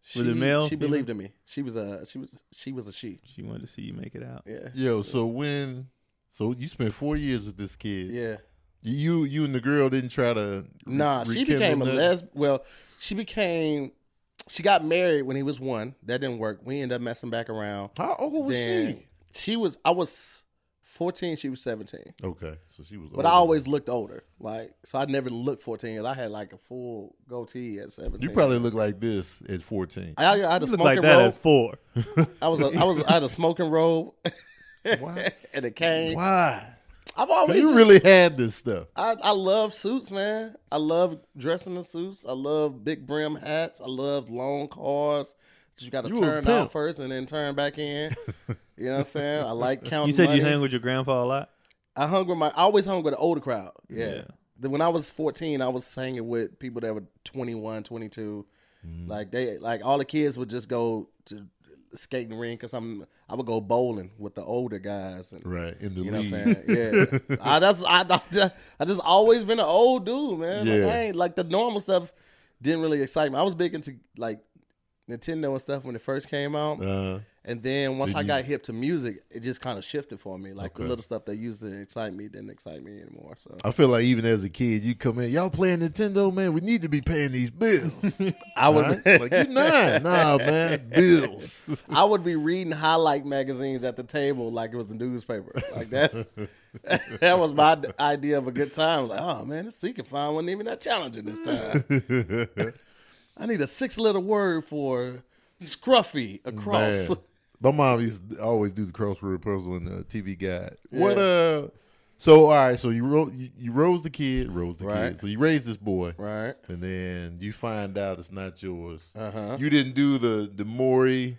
Speaker 1: she,
Speaker 2: Was it male,
Speaker 1: She
Speaker 2: female?
Speaker 1: believed in me. She was a she was she was a she.
Speaker 2: She wanted to see you make it out.
Speaker 1: Yeah,
Speaker 3: Yo, so when so you spent four years with this kid.
Speaker 1: yeah.
Speaker 3: You you and the girl didn't try to re-
Speaker 1: Nah, she
Speaker 3: rekindle
Speaker 1: became a
Speaker 3: nothing?
Speaker 1: lesbian. Well, she became she got married when he was one. That didn't work. We ended up messing back around.
Speaker 3: How old was
Speaker 1: Then
Speaker 3: she?
Speaker 1: she was I was fourteen. She was seventeen.
Speaker 3: Okay, so she was.
Speaker 1: But I
Speaker 2: Mm-hmm.
Speaker 1: always looked older. Like so, I never looked fourteen. 'cause I had like a full goatee at seventeen.
Speaker 3: You probably look like this at fourteen.
Speaker 1: I, I had a
Speaker 2: You look
Speaker 1: smoking
Speaker 2: like that
Speaker 1: robe.
Speaker 2: at four.
Speaker 1: I was a, I was I had a smoking robe
Speaker 3: Wow.
Speaker 1: and a cane.
Speaker 2: Why?
Speaker 1: I've
Speaker 3: So
Speaker 1: always
Speaker 3: you
Speaker 1: just-
Speaker 3: really had this stuff.
Speaker 1: I, I love suits, man. I love dressing in suits. I love big brim hats. I love long cars. that You got to
Speaker 3: You a
Speaker 1: turn out
Speaker 3: pimp.
Speaker 1: first and then turn back in. you know what I'm saying? I like counting.
Speaker 2: You said
Speaker 1: money.
Speaker 2: you hang with your grandpa a lot.
Speaker 1: I hung with my. I always hung with the older crowd. Yeah.
Speaker 2: Yeah.
Speaker 1: The- When I was 14, I was hanging with people that were 21, 22. Like they, like all the kids would just go to skating rink or something. I would go bowling with the older guys and
Speaker 3: Right in the
Speaker 1: you know
Speaker 3: league.
Speaker 1: what I'm saying? Yeah. I, that's I, I, I just always been an old dude, man. Like,
Speaker 3: Yeah.
Speaker 1: I ain't, like the normal stuff didn't really excite me. I was big into like Nintendo and stuff when it first came out.
Speaker 3: Uh,
Speaker 1: and then once
Speaker 3: did
Speaker 1: I
Speaker 3: you-
Speaker 1: got hip to music, it just kind of shifted for me. Like
Speaker 3: Okay. Uh,
Speaker 1: the little stuff that used to excite me didn't excite me anymore. So
Speaker 3: I feel like even as a kid, you come in, y'all playing Nintendo, man. We need to be paying these bills.
Speaker 1: I would
Speaker 3: Right? like you nine, nah, man, bills.
Speaker 1: I would be reading highlight magazines at the table like it was a newspaper. Like that's that was my d- idea of a good time. Like, oh man, this seeking find wasn't even that challenging this time. I need a six letter word for scruffy across.
Speaker 3: Man. My mom used to always do the crossword puzzle in the TV guide. What
Speaker 1: Yeah.
Speaker 3: uh? So all right, so you ro- you, you rose the kid, rose the
Speaker 1: Right.
Speaker 3: kid. So you raise this boy,
Speaker 1: Right.
Speaker 3: and then you find out it's not yours.
Speaker 1: Uh-huh.
Speaker 3: You didn't do the the Maury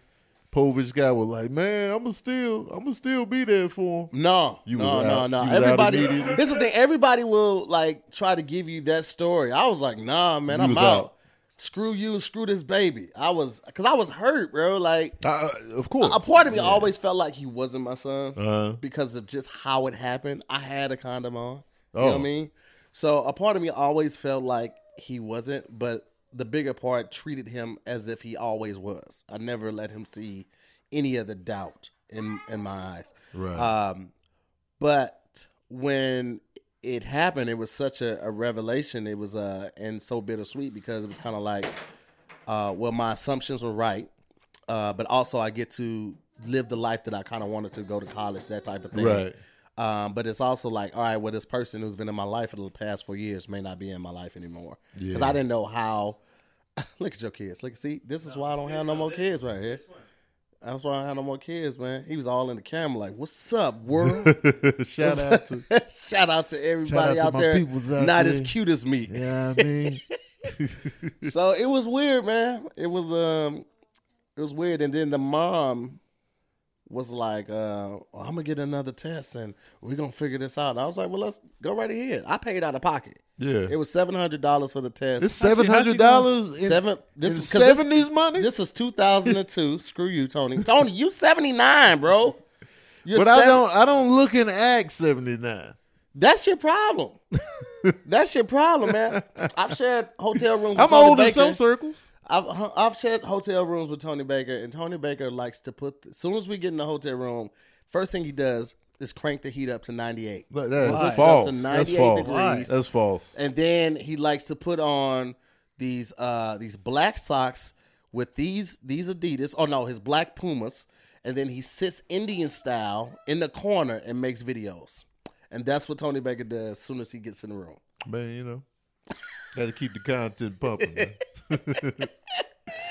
Speaker 3: Povich guy. Was like, man, I'm gonna still I'm gonna still be there for him.
Speaker 1: No,
Speaker 3: You
Speaker 1: no,
Speaker 3: was
Speaker 1: no,
Speaker 3: out-
Speaker 1: no.
Speaker 3: you was out
Speaker 1: Everybody,
Speaker 3: immediately?
Speaker 1: this is the thing. Everybody will like try to give you that story. I was like, nah, man,
Speaker 3: You
Speaker 1: I'm
Speaker 3: was
Speaker 1: out.
Speaker 3: out.
Speaker 1: Screw you, screw this baby. I was, cause I was hurt, bro. Like,
Speaker 3: Uh, of course,
Speaker 1: a part of me always felt like he wasn't my son
Speaker 3: Uh-huh.
Speaker 1: because of just how it happened. I had a condom on. You know what
Speaker 3: Oh.
Speaker 1: I mean? So a part of me always felt like he wasn't, but the bigger part treated him as if he always was. I never let him see any of the doubt in in my eyes.
Speaker 3: Right.
Speaker 1: Um, but when it happened, it was such a, a revelation. It was uh and so bittersweet because it was kind of like, uh, well, my assumptions were right, uh, but also I get to live the life that I kind of wanted to go to college, that type of thing.
Speaker 3: Right.
Speaker 1: Um, but it's also like, all right, well, this person who's been in my life for the past four years may not be in my life anymore because
Speaker 3: Yeah.
Speaker 1: I didn't know how. Look at your kids. Look, see, this is why I don't have no more kids right here. That's why I don't have no more kids, man. He was all in the camera, like, "What's up, world?"
Speaker 3: shout out to
Speaker 1: Shout out to everybody
Speaker 3: Shout out to
Speaker 1: out
Speaker 3: my
Speaker 1: there.
Speaker 3: peoples out
Speaker 1: not
Speaker 3: there.
Speaker 1: as cute as me.
Speaker 3: yeah, I mean,
Speaker 1: So it was weird, man. It was um it was weird. And then the mom was like, uh, I'm gonna get another test and we're gonna figure this out. And I was like, Well, let's go right ahead. I paid out of pocket.
Speaker 3: yeah.
Speaker 1: It was seven hundred dollars for the test.
Speaker 3: It's
Speaker 2: How's
Speaker 3: seven
Speaker 2: she- how's she
Speaker 3: hundred dollars in
Speaker 1: Seven this,
Speaker 3: this in
Speaker 1: 'cause this-
Speaker 3: seventies money.
Speaker 1: This is two thousand and two. Screw you, Tony. Tony, you seventy nine, bro. You're
Speaker 3: but I
Speaker 1: seven-
Speaker 3: don't I don't look and act seventy nine.
Speaker 1: That's your problem. That's your problem, man. I've shared hotel rooms. with
Speaker 3: I'm
Speaker 1: Tony
Speaker 3: old in
Speaker 1: Baker.
Speaker 3: some circles.
Speaker 1: I've I've shared hotel rooms with Tony Baker, and Tony Baker likes to put. As soon as we get in the hotel room, first thing he does is crank the heat up to ninety eight,
Speaker 3: That- that is
Speaker 1: Why?
Speaker 3: false.
Speaker 1: Up to
Speaker 3: That's
Speaker 1: 98
Speaker 3: false.
Speaker 1: degrees.
Speaker 3: That's false.
Speaker 1: and then he likes to put on these uh these black socks with these these Adidas. Oh no, his black Pumas, and then he sits Indian style in the corner and makes videos, and that's what Tony Baker does as soon as he gets in the room.
Speaker 3: Man, you know, got to keep the content pumping. man.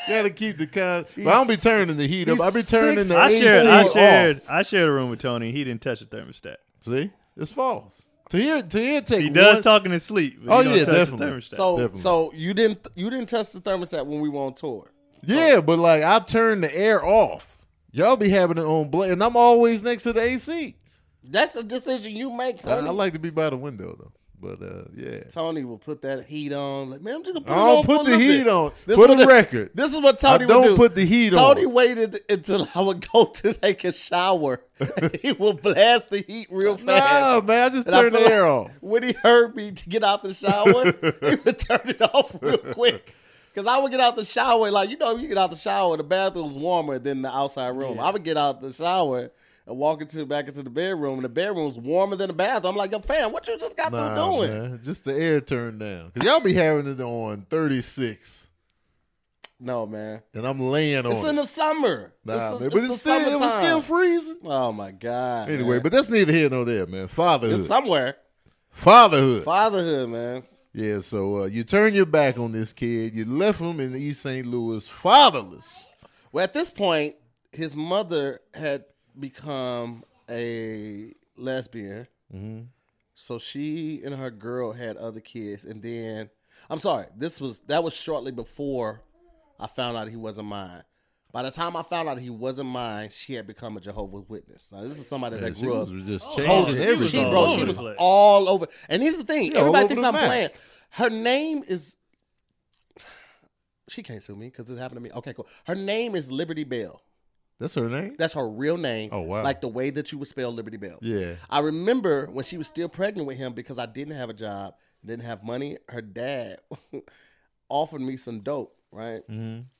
Speaker 3: Gotta keep the con. But I don't be turning the heat up. I be
Speaker 1: he's
Speaker 3: turning
Speaker 1: six-
Speaker 3: the
Speaker 2: I
Speaker 3: AC
Speaker 2: shared, I
Speaker 3: off.
Speaker 2: shared, I shared a room with Tony. He didn't touch the thermostat.
Speaker 3: See, it's false. To hear, to hear, take
Speaker 2: He does
Speaker 3: one-
Speaker 2: talk in his sleep. but
Speaker 3: Oh,
Speaker 2: he don't
Speaker 3: yeah,
Speaker 2: touch the
Speaker 3: definitely.
Speaker 2: thermostat.
Speaker 1: So
Speaker 3: Definitely.
Speaker 1: so you didn't you didn't touch the thermostat when we were on tour.
Speaker 3: Yeah, but like I turn the air off. Y'all be having it on blade, and I'm always next to the AC.
Speaker 1: That's a decision you make,
Speaker 3: I, I
Speaker 1: Tony.
Speaker 3: like to be by the window though. But uh, yeah.
Speaker 1: Tony will put that heat on. Like, man, I'm just gonna put,
Speaker 3: I
Speaker 1: it
Speaker 3: don't
Speaker 1: on for
Speaker 3: put
Speaker 1: a
Speaker 3: the
Speaker 1: little
Speaker 3: heat
Speaker 1: bit."
Speaker 3: on.
Speaker 1: This
Speaker 3: for
Speaker 1: what
Speaker 3: the record.
Speaker 1: This is what
Speaker 3: I
Speaker 1: Tony would
Speaker 3: don't
Speaker 1: do.
Speaker 3: put the heat
Speaker 1: Tony
Speaker 3: on.
Speaker 1: waited until I would go to take a shower. he will blast the heat real
Speaker 3: Nah,
Speaker 1: fast.
Speaker 3: man, I just
Speaker 1: And I
Speaker 3: turned
Speaker 1: feel
Speaker 3: the air
Speaker 1: like
Speaker 3: off.
Speaker 1: When he heard me to get out the shower, he would turn it off real quick. Cause I would get out the shower, like you know, you get out the shower, the bathroom's warmer than the outside room. I would get out the shower and walk into back into the bedroom, and the bedroom's warmer than the bathroom. I'm like, yo, fam, what you just got
Speaker 3: Nah,
Speaker 1: through doing?
Speaker 3: man, just the air turned down. Cause y'all be having it on 36,
Speaker 1: No, man,
Speaker 3: and I'm laying on
Speaker 1: it's
Speaker 3: it.
Speaker 1: in the summer.
Speaker 3: nah,
Speaker 1: It's-
Speaker 3: man, but
Speaker 1: the
Speaker 3: it's still, it was
Speaker 1: summertime.
Speaker 3: still freezing.
Speaker 1: Oh my god.
Speaker 3: Anyway,
Speaker 1: man.
Speaker 3: but that's neither here nor there, man. Fatherhood,
Speaker 1: it's somewhere.
Speaker 3: fatherhood.
Speaker 1: Fatherhood, man.
Speaker 3: yeah, so uh, you turn your back on this kid. You left him in East St. Louis fatherless.
Speaker 1: Well, at this point, his mother had become a lesbian. So she and her girl had other kids, and then I'm sorry, this was that was shortly before I found out he wasn't mine. By the time I found out he wasn't mine, she had become a Jehovah's Witness. Now this is somebody
Speaker 3: Man,
Speaker 1: that
Speaker 3: she
Speaker 1: grew up.
Speaker 3: was just
Speaker 1: Oh,
Speaker 3: changing
Speaker 1: she-
Speaker 3: everything.
Speaker 1: She, bro,
Speaker 2: all
Speaker 1: she
Speaker 2: over
Speaker 1: was
Speaker 2: the place.
Speaker 1: all over. And here's the thing:
Speaker 3: Yeah, all
Speaker 1: everybody
Speaker 3: over
Speaker 1: thinks
Speaker 3: the
Speaker 1: I'm
Speaker 3: map.
Speaker 1: playing. Her name is. She can't sue me because this happened to me. Okay, cool. Her name is Liberty Bell.
Speaker 3: That's her name.
Speaker 1: That's her real name.
Speaker 3: Oh, wow.
Speaker 1: Like the way that you would spell Liberty Bell.
Speaker 3: Yeah.
Speaker 1: I remember when she was still pregnant with him because I didn't have a job, didn't have money. Her dad offered me some dope. Right?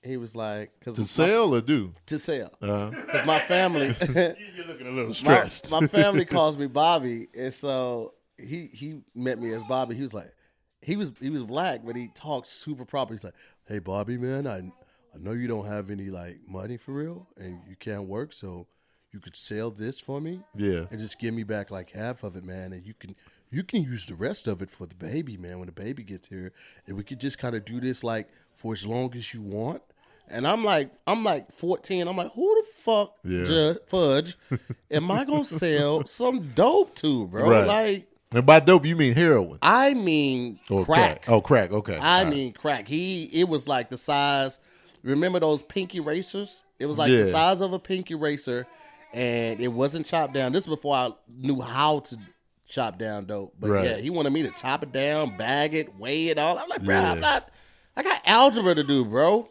Speaker 1: He was like, "Cause
Speaker 3: To
Speaker 1: my-
Speaker 3: sell or do?
Speaker 1: to sell."
Speaker 3: Uh,
Speaker 1: 'Cause my family.
Speaker 2: You're looking a little
Speaker 1: my, my family calls me Bobby, and so he he met me as Bobby. He was like, he was he was black, but he talked super proper. He's like, "Hey, Bobby, man, I I know you don't have any like money for real, and you can't work, so you could sell this for me,
Speaker 3: Yeah.
Speaker 1: and just give me back like half of it, man, and you can." You can use the rest of it for the baby, man, when the baby gets here. And we could just kind of do this like for as long as you want. And I'm like, I'm like 14. I'm like, who the fuck
Speaker 3: Yeah.
Speaker 1: ju- fudge am I gonna sell some dope to, bro?
Speaker 3: Right.
Speaker 1: Like
Speaker 3: and by dope you mean heroin
Speaker 1: I mean
Speaker 3: or
Speaker 1: crack.
Speaker 3: Oh, crack. Okay.
Speaker 1: I
Speaker 3: All right.
Speaker 1: mean crack. He it was like the size. Remember those pink erasers? It was like the
Speaker 3: Yeah.
Speaker 1: size of a pink eraser, and it wasn't chopped down. This is before I knew how to chop down dope. But
Speaker 3: Right.
Speaker 1: yeah, he wanted me to chop it down, bag it, weigh it all. I'm like, bro,
Speaker 3: Yeah.
Speaker 1: I'm not. I got algebra to do, bro.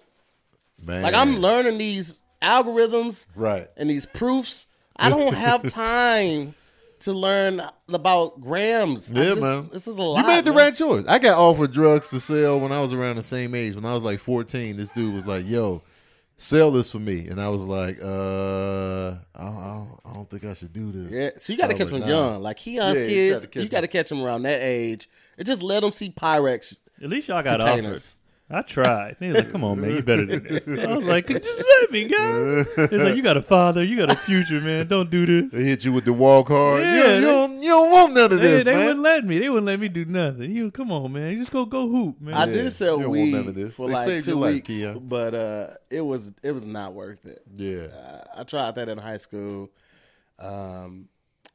Speaker 3: man.
Speaker 1: Like I'm learning these algorithms
Speaker 3: right.
Speaker 1: and these proofs. I don't have time to learn about grams. I
Speaker 3: Yeah,
Speaker 1: just-
Speaker 3: man.
Speaker 1: This is a lot.
Speaker 3: you made the
Speaker 1: man.
Speaker 3: right choice. I got offered drugs to sell when I was around the same age. When I was like 14, this dude was like, "Yo, sell this for me," and I was like, "Uh, I don't, I don't, I don't think I should do this."
Speaker 1: Yeah, so you got to
Speaker 3: I
Speaker 1: catch
Speaker 3: would
Speaker 1: them
Speaker 3: not.
Speaker 1: young. Like Keon's
Speaker 3: Yeah, you
Speaker 1: kids,
Speaker 3: gotta catch
Speaker 1: you got to catch them around that age. And just let them see Pyrex
Speaker 2: At least y'all got offered.
Speaker 1: containers.
Speaker 2: I tried. They was like, come on, man, you better than this. I was like, just let me, guys. It's like, you got a father, you got a future, man. Don't do this.
Speaker 3: They hit you with the walk hard.
Speaker 2: Yeah, they-
Speaker 3: you, don't- you don't, you don't want none of
Speaker 2: They,
Speaker 3: this,
Speaker 2: they
Speaker 3: man.
Speaker 2: wouldn't let me. They wouldn't let me do nothing. You come on, man. You just go go hoop, man.
Speaker 1: I
Speaker 3: Yeah,
Speaker 1: did
Speaker 3: you
Speaker 1: sell
Speaker 3: don't want none of
Speaker 1: weed
Speaker 3: this.
Speaker 1: for
Speaker 3: They
Speaker 1: like
Speaker 3: saved your
Speaker 1: two
Speaker 3: life,
Speaker 1: weeks,
Speaker 3: Keon.
Speaker 1: but uh, it was it was not worth it.
Speaker 3: yeah,
Speaker 1: Uh, I tried that in high school, um,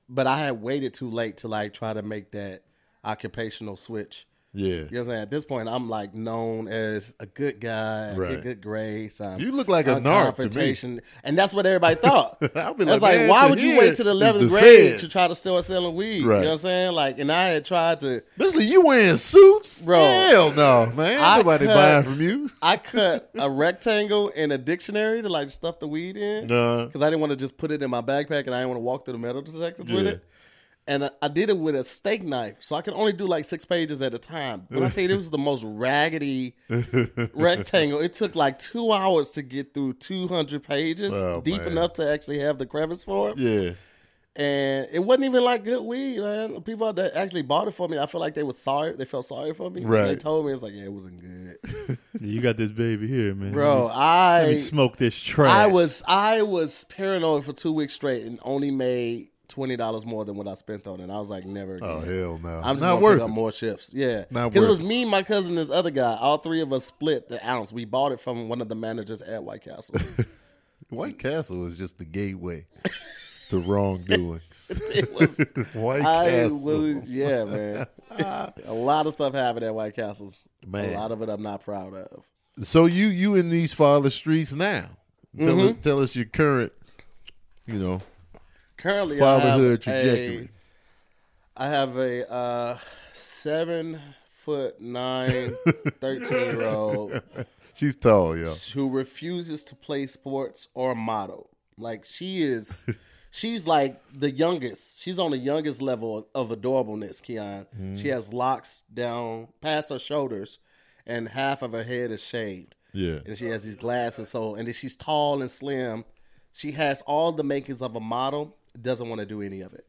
Speaker 1: but I had waited too late to like try to make that occupational switch.
Speaker 3: yeah.
Speaker 1: You know what I'm saying? At this point, I'm like known as a good guy, I
Speaker 3: Right.
Speaker 1: get good grace. I'm
Speaker 3: You look like a narc to me.
Speaker 1: confrontation, and that's what everybody thought.
Speaker 3: I'll be
Speaker 1: That's
Speaker 3: like,
Speaker 1: like,
Speaker 3: "Man,
Speaker 1: why
Speaker 3: to
Speaker 1: would you
Speaker 3: here
Speaker 1: wait till the
Speaker 3: is
Speaker 1: 11th
Speaker 3: the
Speaker 1: grade to
Speaker 3: feds."
Speaker 1: try to start selling weed?
Speaker 3: Right.
Speaker 1: You know what I'm saying? Like, and I had tried to,
Speaker 3: Especially you wearing suits,
Speaker 1: Bro.
Speaker 3: Hell no, man. Ain't
Speaker 1: I
Speaker 3: nobody
Speaker 1: cut-
Speaker 3: buying from you.
Speaker 1: I cut a rectangle in a dictionary to like stuff the weed in because
Speaker 3: No,
Speaker 1: I didn't want to just put it in my backpack and I didn't want to walk through the metal detectors with
Speaker 3: Yeah.
Speaker 1: it. And I, I did it with a steak knife, so I could only do like six pages at a time. But I tell you, this was the most raggedy rectangle. It took like two hours to get through 200 pages,
Speaker 3: Oh,
Speaker 1: deep
Speaker 3: man.
Speaker 1: enough to actually have the crevice for it.
Speaker 3: yeah.
Speaker 1: and it wasn't even like good weed, man. People that actually bought it for me, I feel like they were sorry. They felt sorry for me.
Speaker 3: Right.
Speaker 1: They told me it's like, yeah, it wasn't good,
Speaker 2: you got this baby here, man.
Speaker 1: bro.
Speaker 2: Let me
Speaker 1: I
Speaker 2: smoke this trash.
Speaker 1: I was I was paranoid for two weeks straight and only made twenty dollars more than what I spent on it. I was like, never. Again.
Speaker 3: Oh hell no.
Speaker 1: I'm just
Speaker 3: not
Speaker 1: gonna
Speaker 3: worth
Speaker 1: pick up
Speaker 3: it.
Speaker 1: more shifts. Yeah,
Speaker 3: Not
Speaker 1: because it
Speaker 3: worth
Speaker 1: was
Speaker 3: it.
Speaker 1: me, my cousin, this other guy. All three of us split the ounce. We bought it from one of the managers at White Castle.
Speaker 3: White Castle is just the gateway to wrongdoings.
Speaker 1: it was.
Speaker 3: White
Speaker 1: I
Speaker 3: Castle.
Speaker 1: was, yeah, man. a lot of stuff happened at White Castles.
Speaker 3: Man.
Speaker 1: A lot of it I'm not proud of.
Speaker 3: So you you in these father streets now? Tell
Speaker 1: Mm-hmm.
Speaker 3: us tell us your current, you know,
Speaker 1: Currently,
Speaker 3: fatherhood
Speaker 1: I have
Speaker 3: trajectory.
Speaker 1: A, I have a uh, seven foot nine, 13 year old
Speaker 3: She's tall, yo.
Speaker 1: who refuses to play sports or model. Like she is, she's like the youngest. She's on the youngest level of adorableness, Keon.
Speaker 2: Mm-hmm.
Speaker 1: She has locks down past her shoulders, and half of her head is shaved.
Speaker 3: Yeah.
Speaker 1: And she has these glasses. So, and then she's tall and slim. She has all the makings of a model. Doesn't want to do any of it.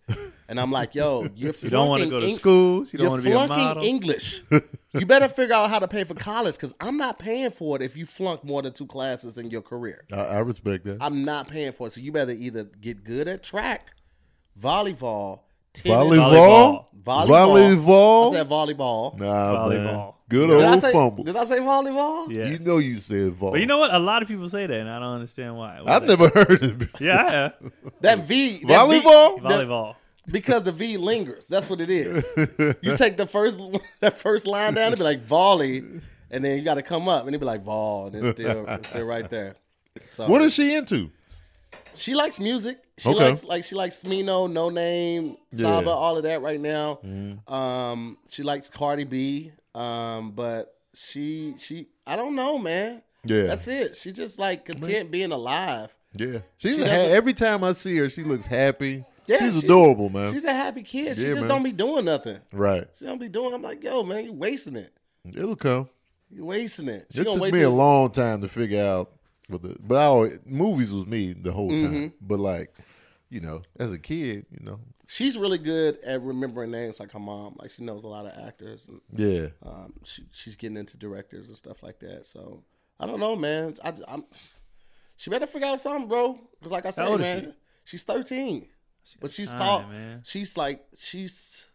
Speaker 1: And I'm like, yo, you're
Speaker 2: You don't want
Speaker 1: want
Speaker 2: to go to school. You don't
Speaker 1: you're
Speaker 2: want to be a
Speaker 1: flunking
Speaker 2: model.
Speaker 1: English. you better figure out how to pay for college because I'm not paying for it if you flunk more than two classes in your career.
Speaker 3: I, I respect that.
Speaker 1: I'm not paying for it. So you better either get good at track, volleyball, tennis, Volleyball.
Speaker 3: Volleyball? Volleyball?
Speaker 1: I said volleyball.
Speaker 3: Nah, man.
Speaker 2: Volleyball.
Speaker 3: Good
Speaker 1: Did, I
Speaker 3: old
Speaker 1: say,
Speaker 3: fumble.
Speaker 1: did I say volleyball?
Speaker 2: yeah.
Speaker 3: You know you said vol.
Speaker 2: but you know what? A lot of people say that, and I don't understand why.
Speaker 3: I've never heard it before.
Speaker 2: Yeah,
Speaker 1: That V. that
Speaker 3: Volleyball?
Speaker 1: V- that-
Speaker 2: volleyball.
Speaker 1: because the V lingers. That's what it is. You take the first that first line down, it'd be like volley, and then you got to come up, and it'd be like vol, and it's still it's still right there. So
Speaker 3: What is she into?
Speaker 1: she likes music. She
Speaker 3: Okay.
Speaker 1: likes like she likes Smino, No Name, Saba,
Speaker 3: Yeah. Mm-hmm.
Speaker 1: all of that right now. Um, she likes Cardi B, um, but she she I don't know, man.
Speaker 3: Yeah.
Speaker 1: That's it. She just like content being alive.
Speaker 3: Yeah. She's
Speaker 1: She
Speaker 3: a ha-
Speaker 1: doesn't-
Speaker 3: every time I see her, she looks happy.
Speaker 1: Yeah,
Speaker 3: she's,
Speaker 1: she's-
Speaker 3: adorable, man.
Speaker 1: She's a happy kid. She
Speaker 3: Yeah,
Speaker 1: just
Speaker 3: man.
Speaker 1: don't be doing nothing.
Speaker 3: right.
Speaker 1: She don't be doing. I'm like, yo, man, you wasting it.
Speaker 3: It'll come.
Speaker 1: You wasting it. She
Speaker 3: it
Speaker 1: gonna
Speaker 3: took
Speaker 1: wait
Speaker 3: me a
Speaker 1: till
Speaker 3: long time to figure out what the but I always, movies was me the whole
Speaker 1: Mm-hmm.
Speaker 3: time. But like, you know, as a kid, you know.
Speaker 1: she's really good at remembering names like her mom. Like she knows a lot of actors and
Speaker 3: Yeah.
Speaker 1: um, she, she's getting into directors and stuff like that. So I don't know, man. I, am she better figure out something, bro. Because like I said,
Speaker 2: old is
Speaker 1: man,
Speaker 2: she?
Speaker 1: she's 13, but she's
Speaker 2: time,
Speaker 1: tall.
Speaker 2: man.
Speaker 1: She's like she's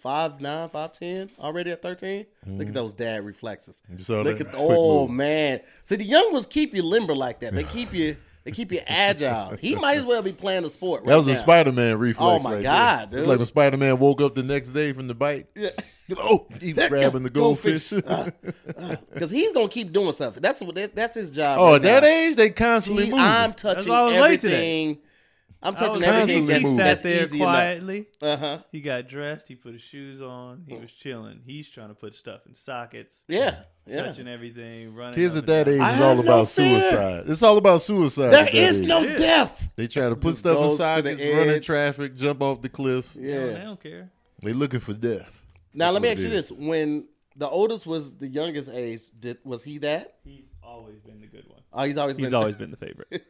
Speaker 1: five nine, five ten already at 13. Look at those dad reflexes.
Speaker 3: Mm-hmm. saw
Speaker 1: Look
Speaker 3: that?
Speaker 1: at
Speaker 3: Quick
Speaker 1: oh
Speaker 3: move.
Speaker 1: man. See the young ones keep you limber like that. They keep you. They keep you agile. He might as well be playing a sport. Right
Speaker 3: That was
Speaker 1: now.
Speaker 3: a Spider Man reflex.
Speaker 1: Oh, my
Speaker 3: right there.
Speaker 1: God,
Speaker 3: It's
Speaker 1: dude.
Speaker 3: like when Spider Man woke up the next day from the bite.
Speaker 1: Yeah. Uh,
Speaker 3: Oh, he was grabbing the goldfish.
Speaker 1: Because he's gonna keep doing stuff. That's what that, that's his job.
Speaker 3: oh,
Speaker 1: right
Speaker 3: at that
Speaker 1: now.
Speaker 3: age, they constantly
Speaker 1: He-
Speaker 3: move.
Speaker 1: I'm
Speaker 2: That's
Speaker 1: touching
Speaker 2: why I was late today.
Speaker 1: everything. I'm
Speaker 2: I was
Speaker 1: touching
Speaker 2: like,
Speaker 1: everything.
Speaker 2: he
Speaker 3: constantly
Speaker 1: That's,
Speaker 3: moving.
Speaker 1: that's
Speaker 2: sat there
Speaker 1: easy
Speaker 2: quietly.
Speaker 1: enough. Uh huh.
Speaker 2: He got dressed. He put his shoes on.
Speaker 1: Oh.
Speaker 2: He was chilling. He's trying to put stuff in sockets,
Speaker 1: Yeah. Yeah.
Speaker 2: touching everything, running.
Speaker 3: Kids
Speaker 2: up
Speaker 3: at
Speaker 2: and
Speaker 3: that
Speaker 2: down.
Speaker 3: age
Speaker 1: I
Speaker 3: is
Speaker 1: have
Speaker 3: all
Speaker 1: no
Speaker 3: about
Speaker 1: fear.
Speaker 3: suicide. It's all about suicide.
Speaker 1: There
Speaker 3: at that
Speaker 1: is
Speaker 3: age.
Speaker 1: no
Speaker 2: Yeah.
Speaker 1: death.
Speaker 3: They try to put
Speaker 1: Just
Speaker 3: stuff
Speaker 1: goes to
Speaker 3: in sockets,
Speaker 1: the
Speaker 3: run in
Speaker 1: edge.
Speaker 3: traffic, jump off the cliff.
Speaker 2: No, they
Speaker 1: Yeah.
Speaker 2: don't care.
Speaker 3: They looking for death.
Speaker 1: Now let me ask
Speaker 3: That's
Speaker 1: you
Speaker 3: what it
Speaker 1: this: When the oldest was the youngest age, did was he that?
Speaker 2: He's always been the good one.
Speaker 1: Oh, he's always been.
Speaker 2: He's always been the favorite.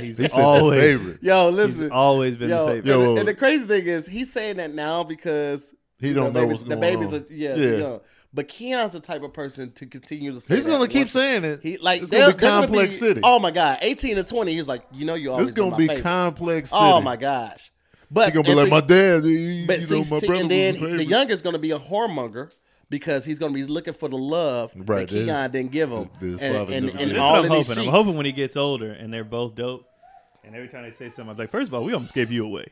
Speaker 2: He's
Speaker 3: He said
Speaker 2: always
Speaker 3: the favorite.
Speaker 1: Yo,
Speaker 2: He's
Speaker 1: listen.
Speaker 2: always been
Speaker 1: Yo,
Speaker 2: the
Speaker 1: and,
Speaker 2: favorite.
Speaker 3: Yo,
Speaker 1: the-
Speaker 3: whoa.
Speaker 1: and the crazy thing is, he's saying that now because
Speaker 3: He don't
Speaker 1: the
Speaker 3: know
Speaker 1: babies,
Speaker 3: what's going
Speaker 1: the babies
Speaker 3: on.
Speaker 1: are yeah,
Speaker 3: Yeah.
Speaker 1: too young. But Keon's the type of person to continue to say
Speaker 3: He's gonna
Speaker 1: that
Speaker 3: keep
Speaker 1: once-
Speaker 3: saying it.
Speaker 1: He like
Speaker 3: it's gonna
Speaker 1: they're-
Speaker 3: be
Speaker 1: they're
Speaker 3: complex city.
Speaker 1: Oh my god, eighteen to twenty. He's like, you know, you always
Speaker 3: it's gonna
Speaker 1: been
Speaker 3: be
Speaker 1: my favorite.
Speaker 3: complex city.
Speaker 1: Oh my gosh. But
Speaker 3: He gonna be
Speaker 1: and
Speaker 3: like
Speaker 1: see-
Speaker 3: my dad. You,
Speaker 1: but
Speaker 3: you
Speaker 1: see,
Speaker 3: know, my
Speaker 1: see,
Speaker 3: brother
Speaker 1: and
Speaker 3: was
Speaker 1: then
Speaker 3: the favorite.
Speaker 1: the youngest gonna be a whoremonger because he's gonna be looking for the love
Speaker 3: Right,
Speaker 1: that Keon
Speaker 3: this-
Speaker 1: didn't give him.
Speaker 3: this
Speaker 1: and
Speaker 3: father
Speaker 1: and,
Speaker 3: never
Speaker 1: and
Speaker 3: did.
Speaker 2: That's
Speaker 1: uh, all
Speaker 2: what I'm
Speaker 1: of these
Speaker 2: hoping. I'm
Speaker 1: cheeks.
Speaker 2: hoping when he gets older and they're both dope. And every time they say something, I'm like, first of all, we almost gave you away.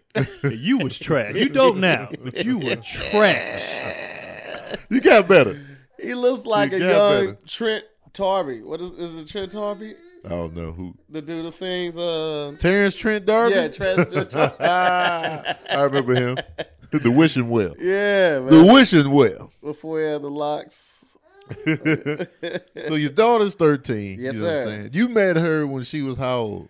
Speaker 2: you was trash. You dope now, but you were trash.
Speaker 3: You got better.
Speaker 1: he looks like a
Speaker 3: got
Speaker 1: young
Speaker 3: better.
Speaker 1: Trent Tarby. What is is it Trent Tarby?
Speaker 3: I don't know who.
Speaker 1: The dude that sings uh
Speaker 3: Terrence Trent Darby. Ah,
Speaker 1: Yeah, Trent, Trent Tarby.
Speaker 3: I remember him. the wishing well.
Speaker 1: Yeah, man.
Speaker 3: The wishing well.
Speaker 1: Before he had the locks.
Speaker 3: So your daughter's thirteen.
Speaker 1: Yes,
Speaker 3: you know What
Speaker 1: sir.
Speaker 3: I'm saying? You met her when she was how old?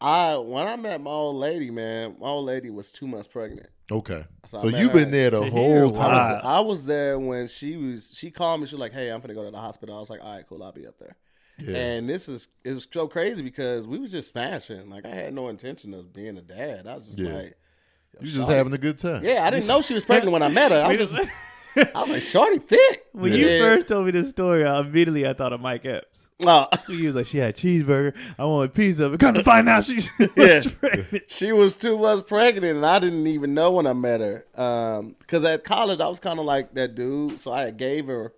Speaker 1: I when I met my old lady, man, my old lady was two months pregnant.
Speaker 3: Okay.
Speaker 1: So
Speaker 3: So,
Speaker 1: I met
Speaker 3: you've
Speaker 1: her
Speaker 3: been there the
Speaker 2: to
Speaker 3: whole
Speaker 2: here.
Speaker 1: I
Speaker 2: Wow.
Speaker 3: time.
Speaker 1: was, I was there when she was. She called me. She was like, "Hey, I'm gonna go to the hospital." I was like, "All right, cool. I'll be up there."
Speaker 3: Yeah.
Speaker 1: And this is it was so crazy because we was just smashing. Like I had no intention of being a dad. I was just
Speaker 3: Yeah.
Speaker 1: like,
Speaker 3: You just having a good time.
Speaker 1: "Yeah, I didn't know she was pregnant when I met her." I was just, I was like, "Shorty thick."
Speaker 2: when
Speaker 1: And
Speaker 2: you
Speaker 1: then-
Speaker 2: first told me this story, I immediately I thought of Mike Epps.
Speaker 1: uh,
Speaker 2: He was like, she had cheeseburger. I want pizza. But come to find out, she's
Speaker 1: Yeah.
Speaker 2: pregnant.
Speaker 1: she was two months pregnant, and I didn't even know when I met her. Because at college, I was kind of like that dude, so I gave her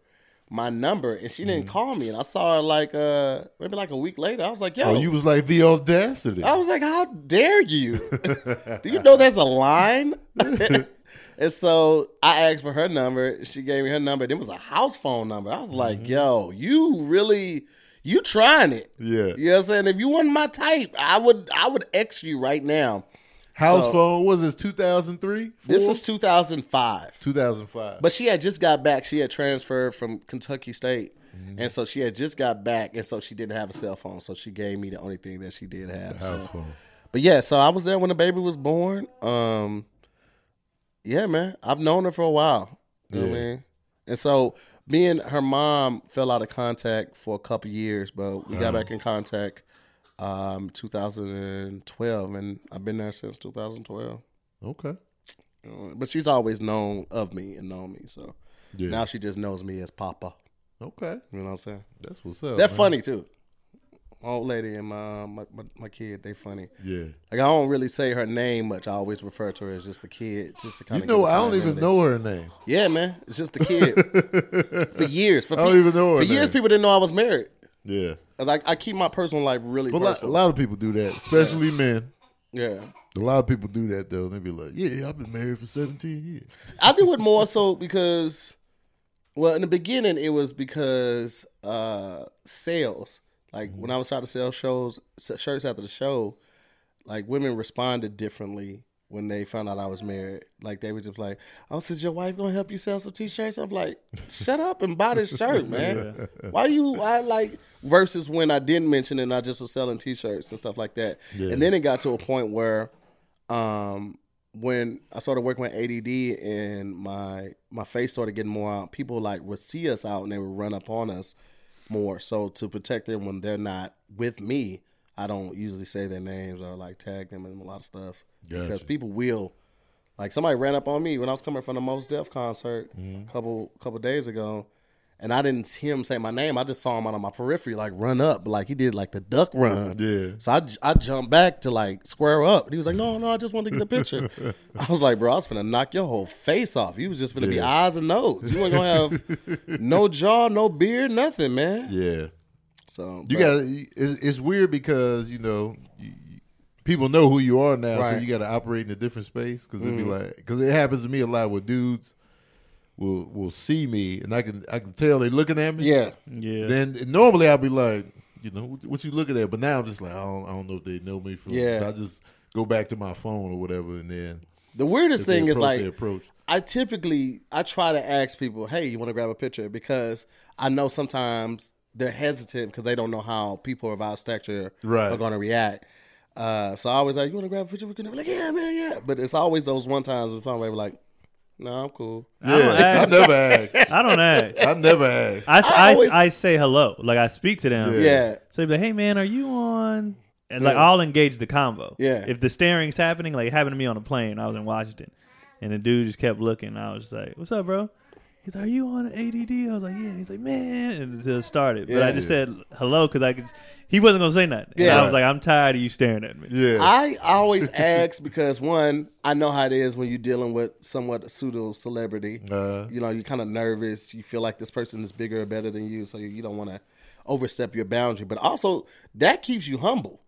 Speaker 1: my number, and she
Speaker 3: Mm-hmm.
Speaker 1: didn't call me. And I saw her like uh maybe like a week later. I was like, "Yo,
Speaker 3: Oh, you was like the audacity.
Speaker 1: I was like, "How dare you? Do you know there's a line?" and so I asked for her number. She gave me her number. It was a house phone number. I was like, "Yo, you really, you trying it?"
Speaker 3: yeah.
Speaker 1: You know what I'm saying? If you weren't my type, I would, I would X you right now.
Speaker 3: House
Speaker 1: So-
Speaker 3: phone was this 2003?
Speaker 1: This is 2005.
Speaker 3: 2005.
Speaker 1: But she had just got back. She had transferred from Kentucky State. And so she had just got back. And so she didn't have a cell phone. So she gave me the only thing that she did have. so-
Speaker 3: House phone.
Speaker 1: But yeah, so I was there when the baby was born. Um, yeah, man, I've known her for a while. You know what I
Speaker 3: Yeah.
Speaker 1: mean? And so me and her mom fell out of contact for a couple years, but we got back
Speaker 3: Uh-huh.
Speaker 1: in contact um 2012 and I've been there since 2012.
Speaker 3: Okay.
Speaker 1: You know, But she's always known of me and known me, so
Speaker 3: Yeah.
Speaker 1: now she just knows me as Papa.
Speaker 3: okay.
Speaker 1: You know what I'm saying?
Speaker 3: That's what's up.
Speaker 1: They're
Speaker 3: man.
Speaker 1: funny too. Old lady and my my, my, my kid, they funny.
Speaker 3: Yeah.
Speaker 1: Like I don't really say her name much. I always refer to her as just the kid, just to kind
Speaker 3: You
Speaker 1: of.
Speaker 3: know, I don't even know her name.
Speaker 1: Yeah, man, it's just the kid. for years, for
Speaker 3: I don't
Speaker 1: pe-
Speaker 3: even know her
Speaker 1: for years,
Speaker 3: name.
Speaker 1: people didn't know I was married.
Speaker 3: Yeah.
Speaker 1: 'Cause I, I keep my personal life really
Speaker 3: But a lot, a
Speaker 1: personal.
Speaker 3: lot of people do that, especially men.
Speaker 1: yeah,
Speaker 3: A lot of people do that though. They be like, "Yeah, I've been married for 17 years."
Speaker 1: I do it more so because, well, in the beginning it was because uh sales. Like when I was trying to sell shows s- shirts after the show, like women responded differently when they found out I was married. Like they were just like, "Oh, since your wife gonna help you sell some t-shirts?" I'm like, "Shut up and buy this shirt, man. Why you? Why like?" Versus when I didn't mention it, and I just was selling t-shirts and stuff like that.
Speaker 3: Yeah.
Speaker 1: And then it got to a point where, um, when I started working with ADD and my my face started getting more out, people like would see us out and they would run up on us more. So to protect them when they're not with me, I don't usually say their names or like tag them in a lot of stuff because
Speaker 3: Gotcha.
Speaker 1: people will. Like somebody ran up on me when I was coming from the Most Def concert a couple couple days ago, and I didn't see him say my name. I just saw him out on my periphery like run up, like he did like the duck run.
Speaker 3: Yeah.
Speaker 1: So I, j- I jumped back to like square up. And he was like, no, no, I just wanted to get a picture. I was like, bro, I was finna knock your whole face off. You was just finna be
Speaker 3: Yeah.
Speaker 1: eyes and nose. You ain't gonna have no jaw, no beard, nothing, man.
Speaker 3: Yeah.
Speaker 1: So
Speaker 3: You
Speaker 1: but-
Speaker 3: got it's, it's weird because, you know, you, you- people know who you are now, so
Speaker 1: Right. Mm.
Speaker 3: you got to operate in a different space cuz it'd be like cuz it happens to me a lot with dudes will will see me and I can I can tell they looking at me.
Speaker 1: yeah,
Speaker 2: Yeah.
Speaker 3: Then and normally I'll be like, you know, what, what you looking at? But now I'm just like, I don't, I don't know if they know me from.
Speaker 1: Yeah.
Speaker 3: So I just go back to my phone or whatever, and then
Speaker 1: the weirdest
Speaker 3: if they
Speaker 1: thing is
Speaker 3: approach,
Speaker 1: like
Speaker 3: they approach.
Speaker 1: I typically I try to ask people, "Hey, you want to grab a picture?" Because I know sometimes they're hesitant because they don't know how people of our stature
Speaker 3: Right.
Speaker 1: are going to react. Uh, so I always like, "You want to grab a picture?" We're like, "Yeah, man, yeah." But it's always those one times where somebody like, "No, I'm cool."
Speaker 2: I don't
Speaker 3: Yeah, I
Speaker 2: ask.
Speaker 3: never ask.
Speaker 2: I don't ask.
Speaker 3: I never ask.
Speaker 2: I, I,
Speaker 1: always-
Speaker 2: I say hello. Like I speak to them.
Speaker 3: Yeah.
Speaker 1: Yeah,
Speaker 2: So they be like, hey man, are you on? And like
Speaker 1: Yeah.
Speaker 2: I'll engage the convo.
Speaker 1: Yeah.
Speaker 2: If the staring's happening, like it happened to me on a plane. I was in Washington, and the dude just kept looking. I was just like, what's up, bro? He's like, are you on ADD? I was like, yeah. He's like, man, and it just started. But I
Speaker 1: Yeah.
Speaker 2: just said hello because I could. He wasn't gonna say nothing. And
Speaker 1: Yeah.
Speaker 2: I was like, I'm tired of you staring at me.
Speaker 3: Yeah,
Speaker 1: I always ask because one, I know how it is when you're dealing with somewhat pseudo celebrity.
Speaker 3: Uh,
Speaker 1: you know, you're kind of nervous. You feel like this person is bigger or better than you, so you, you don't want to overstep your boundary. But also, that keeps you humble.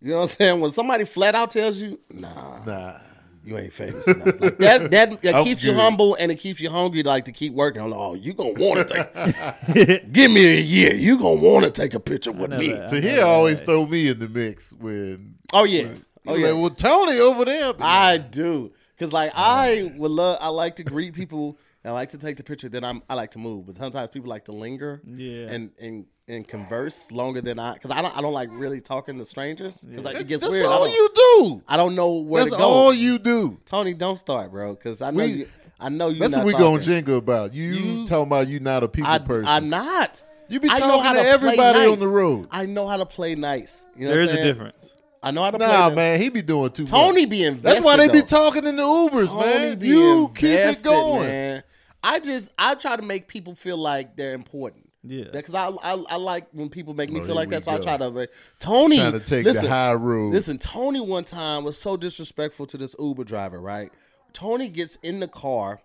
Speaker 1: You know what I'm saying? When somebody flat out tells you, "Nah,
Speaker 3: nah.
Speaker 1: you ain't famous," enough. Like, that that, that
Speaker 3: I'm
Speaker 1: keeps you
Speaker 3: good.
Speaker 1: humble and it keeps you hungry, like to keep working. I'm like, oh, you gonna want to take? give me a year. You gonna want to take a picture with me?
Speaker 2: never-
Speaker 3: To hear always throw me in the mix when.
Speaker 1: Oh yeah, oh
Speaker 3: Like,
Speaker 1: yeah.
Speaker 3: well, Tony over there.
Speaker 1: I do. Cause like I would love, I like to greet people. I like to take the picture. Then I'm, I like to move, but sometimes people like to linger.
Speaker 2: Yeah.
Speaker 1: And and and converse longer than I, cause I don't, I don't like really talking to strangers. Cause like, it gets
Speaker 3: that's
Speaker 1: weird. I
Speaker 3: all
Speaker 1: don't-
Speaker 3: you do.
Speaker 1: I don't know where
Speaker 3: That's
Speaker 1: to go.
Speaker 3: all you do.
Speaker 1: Tony, don't start, bro. Cause I know
Speaker 3: We-
Speaker 1: you. I know you.
Speaker 3: That's
Speaker 1: not
Speaker 3: what we
Speaker 1: talking.
Speaker 3: gonna jingle about. You,
Speaker 1: You-
Speaker 3: talking about you not a people
Speaker 1: I,
Speaker 3: person.
Speaker 1: I'm not.
Speaker 3: You be
Speaker 1: I know
Speaker 3: talking
Speaker 1: how
Speaker 3: to
Speaker 1: play
Speaker 3: everybody on
Speaker 1: nice.
Speaker 3: the road.
Speaker 1: I know how to play nice. You know what
Speaker 2: There
Speaker 1: I'm
Speaker 2: is a
Speaker 1: saying?
Speaker 2: difference.
Speaker 1: I know how to play.
Speaker 3: Nah,
Speaker 1: nice.
Speaker 3: man, he be doing too
Speaker 1: Tony
Speaker 3: much.
Speaker 1: be invested.
Speaker 3: That's why they be
Speaker 1: though.
Speaker 3: talking in the Ubers,
Speaker 1: Tony
Speaker 3: man.
Speaker 1: be
Speaker 3: You keep it
Speaker 1: invested,
Speaker 3: going.
Speaker 1: man. I just I try to make people feel like they're important.
Speaker 2: Yeah.
Speaker 1: because I, I I like when people make me
Speaker 3: Oh,
Speaker 1: feel
Speaker 3: here
Speaker 1: like
Speaker 3: we
Speaker 1: that. So
Speaker 3: go.
Speaker 1: I try to like, Tony
Speaker 3: Trying to take
Speaker 1: listen,
Speaker 3: the high road.
Speaker 1: Listen, Tony one time was so disrespectful to this Uber driver. Right, Tony gets in the car.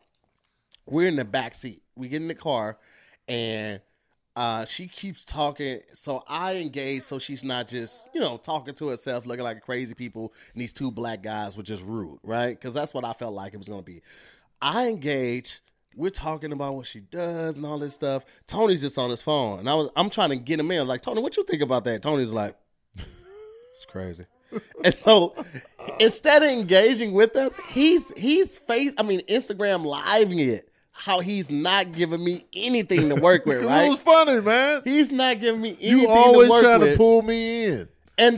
Speaker 1: We're in the back seat. We get in the car, and uh, she keeps talking. So I engage, so she's not just you know talking to herself, looking like crazy people. And these two black guys were just rude, right? Because that's what I felt like it was gonna be. I engage. We're talking about what she does and all this stuff. Tony's just on his phone, and I was I'm trying to get him in. like Tony, what you think about that? Tony's like, it's crazy. And so instead of engaging with us, he's he's face I mean Instagram living it. How he's not giving me anything to work with,
Speaker 3: Because
Speaker 1: right?
Speaker 3: it was funny, man.
Speaker 1: he's not giving me anything
Speaker 3: You always
Speaker 1: to work
Speaker 3: try
Speaker 1: with
Speaker 3: to pull me in.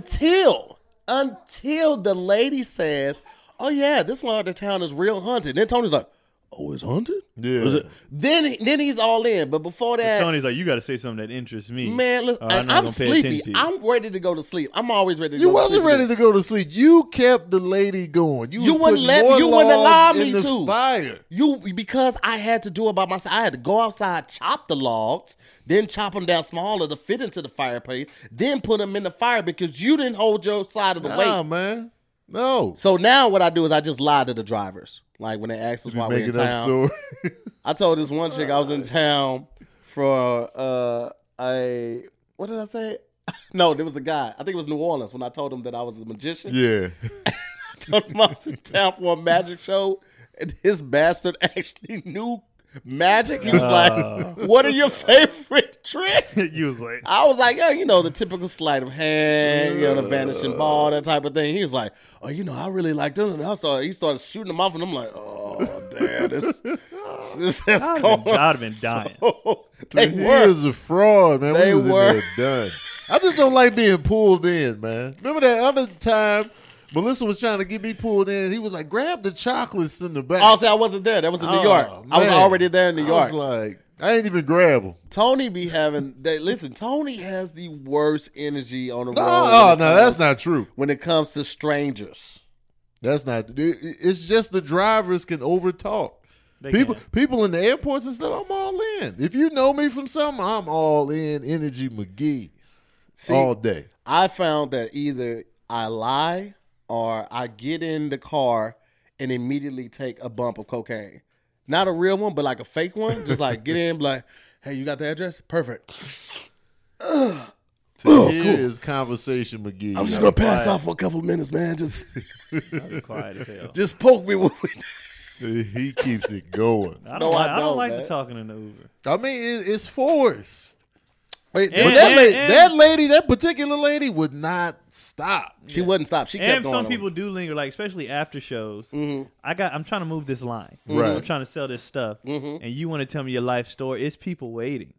Speaker 1: until until the lady says, "Oh yeah, this one out of town is real hunted." Then Tony's like, "Oh, it's hunted."
Speaker 3: Yeah.
Speaker 1: Was it- Then then he's all in. But before that,
Speaker 2: Tony's like, you got to say something that interests me.
Speaker 1: man, listen,
Speaker 2: or
Speaker 1: and
Speaker 2: not
Speaker 1: I'm,
Speaker 2: gonna pay
Speaker 1: sleepy.
Speaker 2: attention to you.
Speaker 1: I'm ready to go to sleep. I'm always ready. to
Speaker 3: You
Speaker 1: go
Speaker 3: wasn't
Speaker 1: to sleep
Speaker 3: ready to go to sleep. You kept the lady going. You,
Speaker 1: You
Speaker 3: was
Speaker 1: wouldn't
Speaker 3: putting
Speaker 1: let-
Speaker 3: more
Speaker 1: you wouldn't
Speaker 3: logs
Speaker 1: allow
Speaker 3: in
Speaker 1: me
Speaker 3: the
Speaker 1: to.
Speaker 3: Fire.
Speaker 1: You because I had to do it by myself. I had to go outside, chop the logs, then chop them down smaller to fit into the fireplace, then put them in the fire because you didn't hold your side of the
Speaker 3: Nah,
Speaker 1: weight.
Speaker 3: man. No.
Speaker 1: So now what I do is I just lie to the drivers. Like when they ask us why we're in
Speaker 3: Making up
Speaker 1: town,
Speaker 3: story.
Speaker 1: I told this one chick I was in town for uh a what did I say? No, there was a guy. I think it was New Orleans when I told him that I was a magician.
Speaker 3: yeah.
Speaker 1: told him I was in town for a magic show, and his bastard actually knew magic. He was like, "What are your favorite tricks?"
Speaker 2: you was like,
Speaker 1: I was like, "Yeah, you know the typical sleight of hand, you know the vanishing ball, that type of thing." He was like, "Oh, you know, I really like them." And I started, he started shooting them off, and I'm like, "Oh, damn, this, this has
Speaker 2: I'd have
Speaker 1: gone."
Speaker 2: been, I'd have been dying.
Speaker 1: so- they
Speaker 3: he
Speaker 1: were.
Speaker 3: was a fraud, man.
Speaker 1: They
Speaker 3: we was
Speaker 1: were.
Speaker 3: in there done. I just don't like being pulled in, man. Remember that other time Melissa was trying to get me pulled in. He was like, "Grab the chocolates in the back."
Speaker 1: Also, I wasn't there. That was in New York.
Speaker 3: Oh,
Speaker 1: I was
Speaker 3: man.
Speaker 1: already there in New
Speaker 3: I
Speaker 1: York.
Speaker 3: was like, I ain't even grab them.
Speaker 1: Tony be having. They, listen, Tony has the worst energy on the
Speaker 3: No,
Speaker 1: road.
Speaker 3: oh,
Speaker 1: when it
Speaker 3: no,
Speaker 1: comes-
Speaker 3: that's not true.
Speaker 1: when it comes to strangers.
Speaker 3: That's not. it- It's just the drivers can overtalk.
Speaker 2: They
Speaker 3: People,
Speaker 2: can.
Speaker 3: people in the airports and stuff. I'm all in. If you know me from something, I'm all in. Energy McGee,
Speaker 1: See,
Speaker 3: all day.
Speaker 1: I found that either I lie or I get in the car and immediately take a bump of cocaine. Not a real one, but like a fake one. Just like get in, be like, hey, you got the address? Perfect.
Speaker 3: To hear his conversation McGee.
Speaker 1: I'm just gonna pass out for a couple of minutes, man. Just
Speaker 2: quiet as hell.
Speaker 1: just poke me with it.
Speaker 3: he keeps it going.
Speaker 2: I
Speaker 1: No,
Speaker 2: don't,
Speaker 1: I
Speaker 2: like, I
Speaker 1: don't,
Speaker 2: don't like
Speaker 1: man.
Speaker 2: the talking in the Uber.
Speaker 3: I mean, it, it's forced.
Speaker 1: Wait,
Speaker 3: But
Speaker 2: And-
Speaker 3: that,
Speaker 2: and-
Speaker 3: lady,
Speaker 2: and-
Speaker 3: that lady, that particular lady, would not stop.
Speaker 1: she wouldn't stop. She kept
Speaker 2: And
Speaker 1: going.
Speaker 2: some
Speaker 1: on. Mm-hmm.
Speaker 2: people do linger, like especially after shows. I got. I'm trying to move this line.
Speaker 3: Right.
Speaker 2: I'm trying to sell this stuff,
Speaker 1: Mm-hmm.
Speaker 2: and you want to tell me your life story. It's people waiting.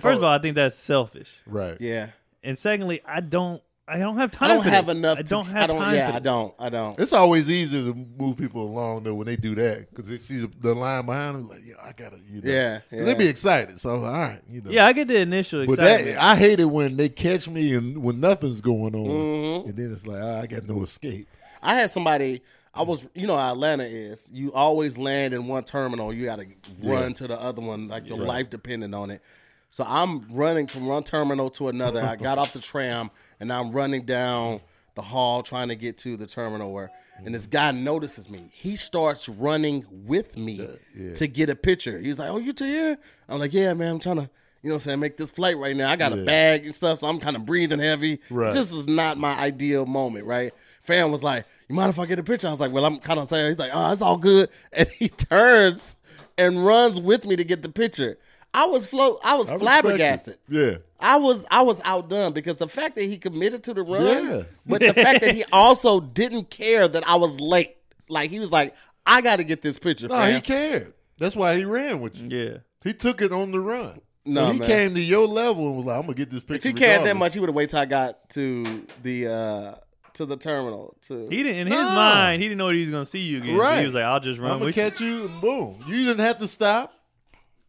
Speaker 1: Oh.
Speaker 2: first of all, I think that's selfish,
Speaker 3: Right.
Speaker 1: Yeah.
Speaker 2: and secondly, I don't. I don't have time.
Speaker 1: I don't
Speaker 2: for
Speaker 1: have
Speaker 2: this.
Speaker 1: enough
Speaker 2: I don't
Speaker 1: to,
Speaker 2: have
Speaker 1: I don't
Speaker 2: time.
Speaker 1: yeah,
Speaker 2: for
Speaker 1: I
Speaker 2: this.
Speaker 1: don't. I don't.
Speaker 3: It's always easier to move people along though when they do that because they see the, the line behind them. Like, yeah, I gotta, you know,
Speaker 1: Yeah,
Speaker 3: 'Cause
Speaker 1: yeah.
Speaker 3: they be excited. So, all right, you know,
Speaker 2: Yeah, I get the initial
Speaker 3: But
Speaker 2: excitement.
Speaker 3: that, I hate it when they catch me and when nothing's going on,
Speaker 1: Mm-hmm.
Speaker 3: and then it's like ah, I got no escape.
Speaker 1: I had somebody. I was, you know, how Atlanta is. You always land in one terminal. You got to run to the other one, like your life depending on it. So I'm running from one terminal to another. I got off the tram and I'm running down the hall trying to get to the terminal where. And this guy notices me. He starts running with me to get a picture. He's like, "Oh, you to here?" I'm like, "Yeah, man. I'm trying to, you know, what I'm saying make this flight right now. I got a bag and stuff, so I'm kind of breathing heavy.
Speaker 3: Right.
Speaker 1: Just this was not my ideal moment, right? Fam was like, "You mind if I get a picture?" I was like, "Well, I'm kind of saying." He's like, "Oh, it's all good," and he turns and runs with me to get the picture. I was float. I was
Speaker 3: I respect
Speaker 1: flabbergasted.
Speaker 3: it. Yeah,
Speaker 1: I was I was outdone because the fact that he committed to the run,
Speaker 3: Yeah.
Speaker 1: but the fact that he also didn't care that I was late. Like he was like, "I got to get this picture."
Speaker 3: no,
Speaker 1: fam.
Speaker 3: he cared. That's why he ran with you.
Speaker 2: yeah.
Speaker 3: He took it on the run.
Speaker 1: No,
Speaker 3: So he
Speaker 1: man.
Speaker 3: came to your level and was like, "I'm gonna get this picture."
Speaker 1: if he cared that
Speaker 3: regardless.
Speaker 1: much, he would have waited till I got to the uh to the terminal. To
Speaker 2: He didn't in his
Speaker 3: Nah.
Speaker 2: mind. He didn't know that he was gonna see you again. so
Speaker 3: Right.
Speaker 2: he was like, "I'll just run
Speaker 3: I'm gonna
Speaker 2: with
Speaker 3: catch you. and boom. You didn't have to stop.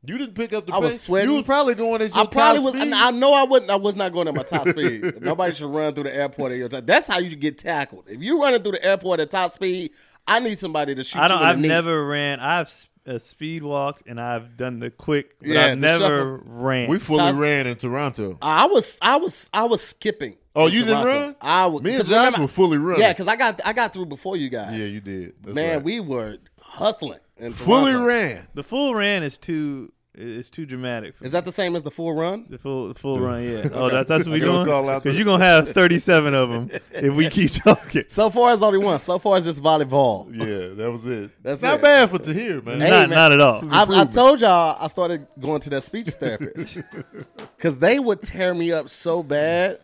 Speaker 3: You didn't pick up the.
Speaker 1: I was
Speaker 3: pace.
Speaker 1: sweating.
Speaker 3: You was probably going at your
Speaker 1: I probably
Speaker 3: top
Speaker 1: was.
Speaker 3: speed.
Speaker 1: and I know I wasn't. I was not going at my top speed. Nobody should run through the airport at your top. That's how you should get tackled. If you're running through the airport at top speed, I need somebody to shoot
Speaker 2: you." I don't.
Speaker 1: you in
Speaker 2: I've
Speaker 1: the knee.
Speaker 2: never ran. I've s- uh, speed walked and I've done the quick, but
Speaker 1: Yeah,
Speaker 2: I've
Speaker 1: the
Speaker 2: never
Speaker 1: shuffle.
Speaker 2: ran.
Speaker 3: we fully
Speaker 1: Toss-
Speaker 3: ran in Toronto.
Speaker 1: I was. I was. I was skipping.
Speaker 3: Oh,
Speaker 1: in
Speaker 3: you didn't
Speaker 1: Toronto.
Speaker 3: run?
Speaker 1: I was.
Speaker 3: Me and
Speaker 1: 'cause
Speaker 3: Josh
Speaker 1: remember-
Speaker 3: were fully running.
Speaker 1: Yeah, because I got. I got through before you guys.
Speaker 3: yeah, you did. That's
Speaker 1: Man,
Speaker 3: right.
Speaker 1: we were hustling. In
Speaker 3: fully
Speaker 1: Toronto.
Speaker 3: ran.
Speaker 2: the full ran is too. It's too dramatic. For me.
Speaker 1: Is that the same as the full run?
Speaker 2: The full the full run, yeah. Oh, that's that's what we
Speaker 3: Okay, let's
Speaker 2: doing.
Speaker 3: call out
Speaker 2: Because
Speaker 3: the-
Speaker 2: you're gonna have 37 of them if we keep talking.
Speaker 1: So far, it's only one. So far, it's just volleyball.
Speaker 3: Yeah, that was it.
Speaker 1: That's
Speaker 3: not
Speaker 1: it.
Speaker 3: bad for to hear, man.
Speaker 1: Hey,
Speaker 2: not
Speaker 1: man.
Speaker 2: not at all.
Speaker 1: I, I told y'all I started going to that speech therapist because they would tear me up so bad.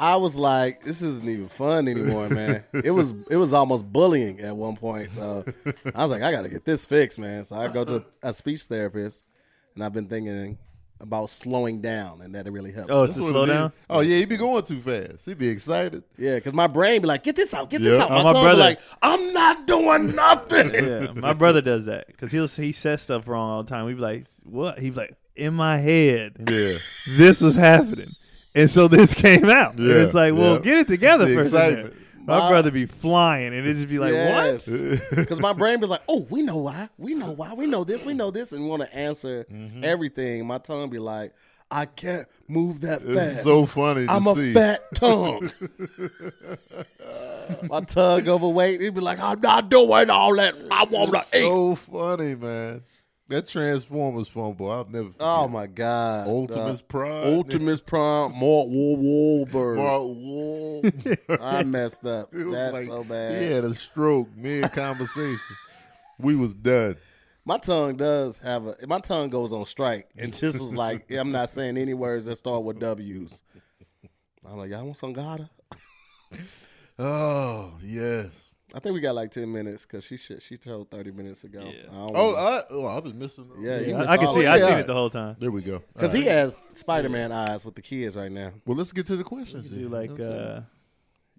Speaker 1: I was like, this isn't even fun anymore, man. It was it was almost bullying at one point. So I was like, I gotta get this fixed, man. So I go to a speech therapist, and I've been thinking about slowing down, and that really helps.
Speaker 2: Oh,
Speaker 1: me.
Speaker 2: it's a slow
Speaker 3: What it is.
Speaker 2: down.
Speaker 3: Oh yeah, he be going too fast. He be excited.
Speaker 1: yeah, because my brain be like, get this out, get this
Speaker 3: Yeah.
Speaker 1: out.
Speaker 2: Oh,
Speaker 1: My,
Speaker 2: my
Speaker 1: tongue be
Speaker 2: brother-
Speaker 1: like, I'm not doing nothing.
Speaker 2: Yeah, my brother does that because he'll he says stuff wrong all the time. We be like, what? He be like, in my head,
Speaker 3: Yeah,
Speaker 2: this was happening, and so this came out. And
Speaker 3: Yeah,
Speaker 2: it's like, well,
Speaker 3: yeah.
Speaker 2: get it together
Speaker 3: The
Speaker 2: first. a minute.
Speaker 3: excitement.
Speaker 2: My,
Speaker 1: My-
Speaker 2: brother be flying, and it just be like, what?
Speaker 1: Because my brain was like, oh, we know why. We know why. We know this. We know this. And want to answer
Speaker 3: Mm-hmm.
Speaker 1: everything. My tongue be like, I can't move that
Speaker 3: it's
Speaker 1: fast.
Speaker 3: so funny. To
Speaker 1: I'm a
Speaker 3: see.
Speaker 1: fat tongue. my tongue overweight. He'd be like, I'm not doing all that. I want
Speaker 3: It's
Speaker 1: to eat.
Speaker 3: so funny, man. That Transformers fumble, I'll never. Forget.
Speaker 1: Oh, my God.
Speaker 3: Ultimus
Speaker 1: Uh,
Speaker 3: Prime.
Speaker 1: Ultimus Prime. Mark Wa- Wahlberg.
Speaker 3: Mark Wahlberg.
Speaker 1: I messed up.
Speaker 3: It was
Speaker 1: That's
Speaker 3: like,
Speaker 1: so bad.
Speaker 3: He had a stroke mid conversation. we was done.
Speaker 1: My tongue does have a my tongue goes on strike, and this was like I'm not saying any words that start with W's. I'm like, y'all want some gata?
Speaker 3: Oh yes.
Speaker 1: I think we got like ten minutes because she should, she told thirty minutes ago.
Speaker 2: Yeah.
Speaker 3: Oh, I, oh, I was missing.
Speaker 1: Yeah, you-
Speaker 2: I, I can
Speaker 1: Oh,
Speaker 2: see.
Speaker 1: yeah.
Speaker 2: I seen it the whole time.
Speaker 3: There we go.
Speaker 1: because
Speaker 3: All
Speaker 1: he
Speaker 2: uh,
Speaker 3: right.
Speaker 1: has Spider Man eyes with the kids right now.
Speaker 3: Well, let's get to the questions.
Speaker 2: Do
Speaker 3: then.
Speaker 2: like,
Speaker 3: You know what I'm saying?
Speaker 2: uh,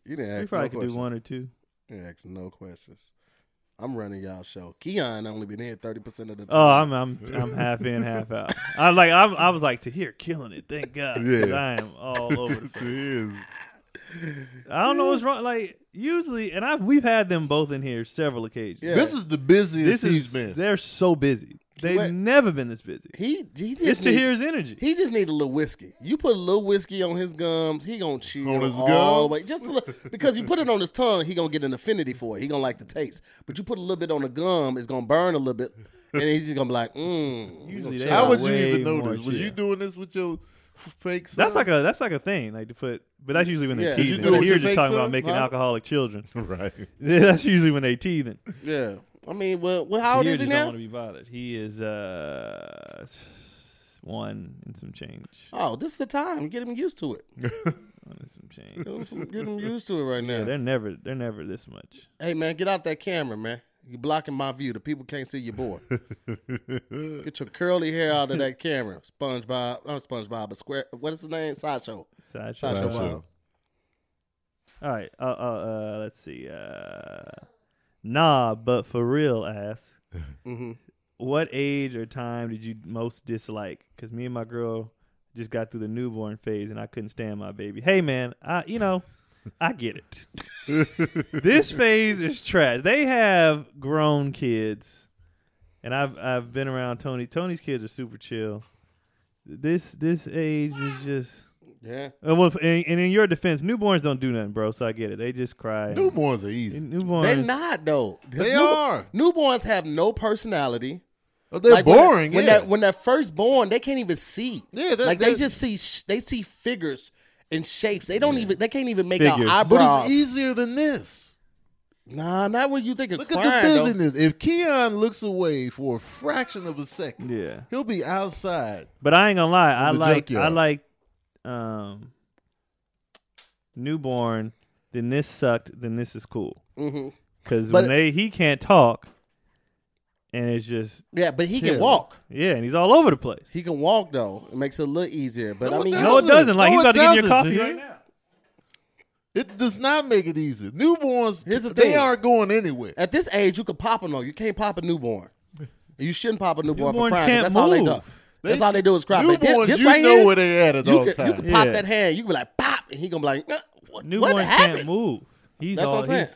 Speaker 1: You didn't ask
Speaker 2: we
Speaker 1: no
Speaker 2: probably could
Speaker 1: questions.
Speaker 2: do one or two.
Speaker 1: You didn't ask no questions. I'm running y'all show. Keon only been here thirty percent of the
Speaker 2: Oh,
Speaker 1: time.
Speaker 2: I'm I'm I'm half in, half out. I'm like I'm, I was like to here, killing it. Thank God, 'cause
Speaker 3: Yeah.
Speaker 2: I am all over. The,
Speaker 3: It is.
Speaker 2: I don't know what's wrong. Like usually, and I've we've had them both in here several occasions.
Speaker 1: Yeah.
Speaker 3: This is the busiest
Speaker 2: This
Speaker 3: he's
Speaker 2: is
Speaker 3: been.
Speaker 2: they're so busy. They've
Speaker 1: Wait.
Speaker 2: never been this busy.
Speaker 1: he he just
Speaker 2: It's to
Speaker 1: need-
Speaker 2: hear his energy.
Speaker 1: He just need a little whiskey. You put a little whiskey on his gums, he gonna chill
Speaker 3: On his
Speaker 1: all the
Speaker 3: gums?
Speaker 1: way. Just a little, because you put it on his tongue, he gonna get an affinity for it. He gonna like the taste. But you put a little bit on the gum, it's gonna burn a little bit, and he's just gonna be like, mm. he
Speaker 2: Usually
Speaker 1: gonna
Speaker 2: they
Speaker 1: chill.
Speaker 2: are
Speaker 3: How would you
Speaker 2: way
Speaker 3: even know
Speaker 2: more
Speaker 3: this? Was you
Speaker 2: chill.
Speaker 3: doing this with your f- fake? Son?
Speaker 2: That's like a that's like a thing. Like to put, but that's usually when
Speaker 1: Yeah.
Speaker 2: they're
Speaker 1: Did you
Speaker 2: teething.
Speaker 3: do it
Speaker 2: Like,
Speaker 3: with
Speaker 2: You're
Speaker 3: your
Speaker 2: just
Speaker 3: fake
Speaker 2: talking
Speaker 3: son?
Speaker 2: about making
Speaker 3: Huh?
Speaker 2: alcoholic children.
Speaker 3: right.
Speaker 2: that's usually when they teething.
Speaker 1: yeah. I mean, well, well how old
Speaker 2: Tahir
Speaker 1: is he
Speaker 2: just don't
Speaker 1: now?
Speaker 2: want to be bothered. He is uh s- one and some change.
Speaker 1: Oh, this is the time. Get him used to it.
Speaker 2: One and some change.
Speaker 1: Get him some- get him used to it right
Speaker 2: Yeah,
Speaker 1: now.
Speaker 2: they're never they're never this much.
Speaker 1: hey man, get out that camera, man. You're blocking my view. The people can't see your boy. Get your curly hair out of that camera, SpongeBob. Not SpongeBob, but Square. What is his name? Sideshow.
Speaker 2: Sideshow.
Speaker 1: Sideshow.
Speaker 3: Sideshow.
Speaker 1: Wow.
Speaker 2: All right. Uh, uh, uh, let's see. Uh, nah, but for real, ass.
Speaker 1: hmm
Speaker 2: What age or time did you most dislike? Because me and my girl just got through the newborn phase, and I couldn't stand my baby. Hey, man, I you know, I get it. this phase is trash. They have grown kids, and I've I've been around Tony. Tony's kids are super chill. This this age is just.
Speaker 1: Yeah.
Speaker 2: Uh, well, and, and in your defense, newborns don't do nothing, bro. So I get it. They just cry. and-
Speaker 3: Newborns are easy.
Speaker 2: and newborns.
Speaker 1: They're not though. 'Cause
Speaker 3: They
Speaker 1: new-
Speaker 3: are.
Speaker 1: Newborns have no personality.
Speaker 3: Oh, they're
Speaker 1: Like, when-
Speaker 3: boring.
Speaker 1: When,
Speaker 3: yeah.
Speaker 1: that when they're first born, they can't even see.
Speaker 3: Yeah, that-
Speaker 1: like they
Speaker 3: that-
Speaker 1: just see sh- they see figures and shapes. They don't even they can't even make
Speaker 2: Figures.
Speaker 1: out
Speaker 3: but
Speaker 1: eyebrows.
Speaker 3: it's easier than this.
Speaker 1: nah, not what you think of
Speaker 3: Look
Speaker 1: crying.
Speaker 3: at the
Speaker 1: though.
Speaker 3: busyness. If Keon looks away for a fraction of a second,
Speaker 2: yeah,
Speaker 3: he'll be outside.
Speaker 2: but I ain't gonna lie. I
Speaker 3: The
Speaker 2: like I
Speaker 3: junkyard.
Speaker 2: like um newborn. Then this sucked. Then this is cool.
Speaker 1: Mhm.
Speaker 2: Because
Speaker 1: But-
Speaker 2: when they he can't talk, and it's just
Speaker 1: Yeah, but he can
Speaker 2: chill.
Speaker 1: walk.
Speaker 2: Yeah, and he's all over the place.
Speaker 1: He can walk though. It makes it a little easier. But I
Speaker 3: No, it
Speaker 1: mean,
Speaker 2: No, it
Speaker 3: Doesn't.
Speaker 2: doesn't. Like
Speaker 3: No,
Speaker 2: he's
Speaker 3: it
Speaker 2: about to give you a
Speaker 3: doesn't,
Speaker 2: coffee
Speaker 3: dude.
Speaker 2: right now.
Speaker 3: It does not make it easy. Newborns,
Speaker 1: Here's the
Speaker 3: they
Speaker 1: thing.
Speaker 3: aren't going anywhere.
Speaker 1: at this age, you can pop them though. You can't pop a newborn. You shouldn't pop a newborn
Speaker 2: Newborns
Speaker 1: for crying. 'cause
Speaker 2: can't
Speaker 1: That's all they do.
Speaker 2: move.
Speaker 1: That's all they do is cry. But thi-
Speaker 3: Newborns,
Speaker 1: this
Speaker 3: you
Speaker 1: right
Speaker 3: know
Speaker 1: here,
Speaker 3: where they at at
Speaker 1: you
Speaker 3: all
Speaker 1: can, you
Speaker 3: times.
Speaker 1: can pop
Speaker 2: Yeah.
Speaker 1: that hand. You can be like pop, and he gonna be like, "Nah, what,
Speaker 2: Newborn
Speaker 1: what
Speaker 2: can't
Speaker 1: happened?
Speaker 2: move. He's
Speaker 1: That's
Speaker 2: all
Speaker 1: what I'm saying.
Speaker 2: he's-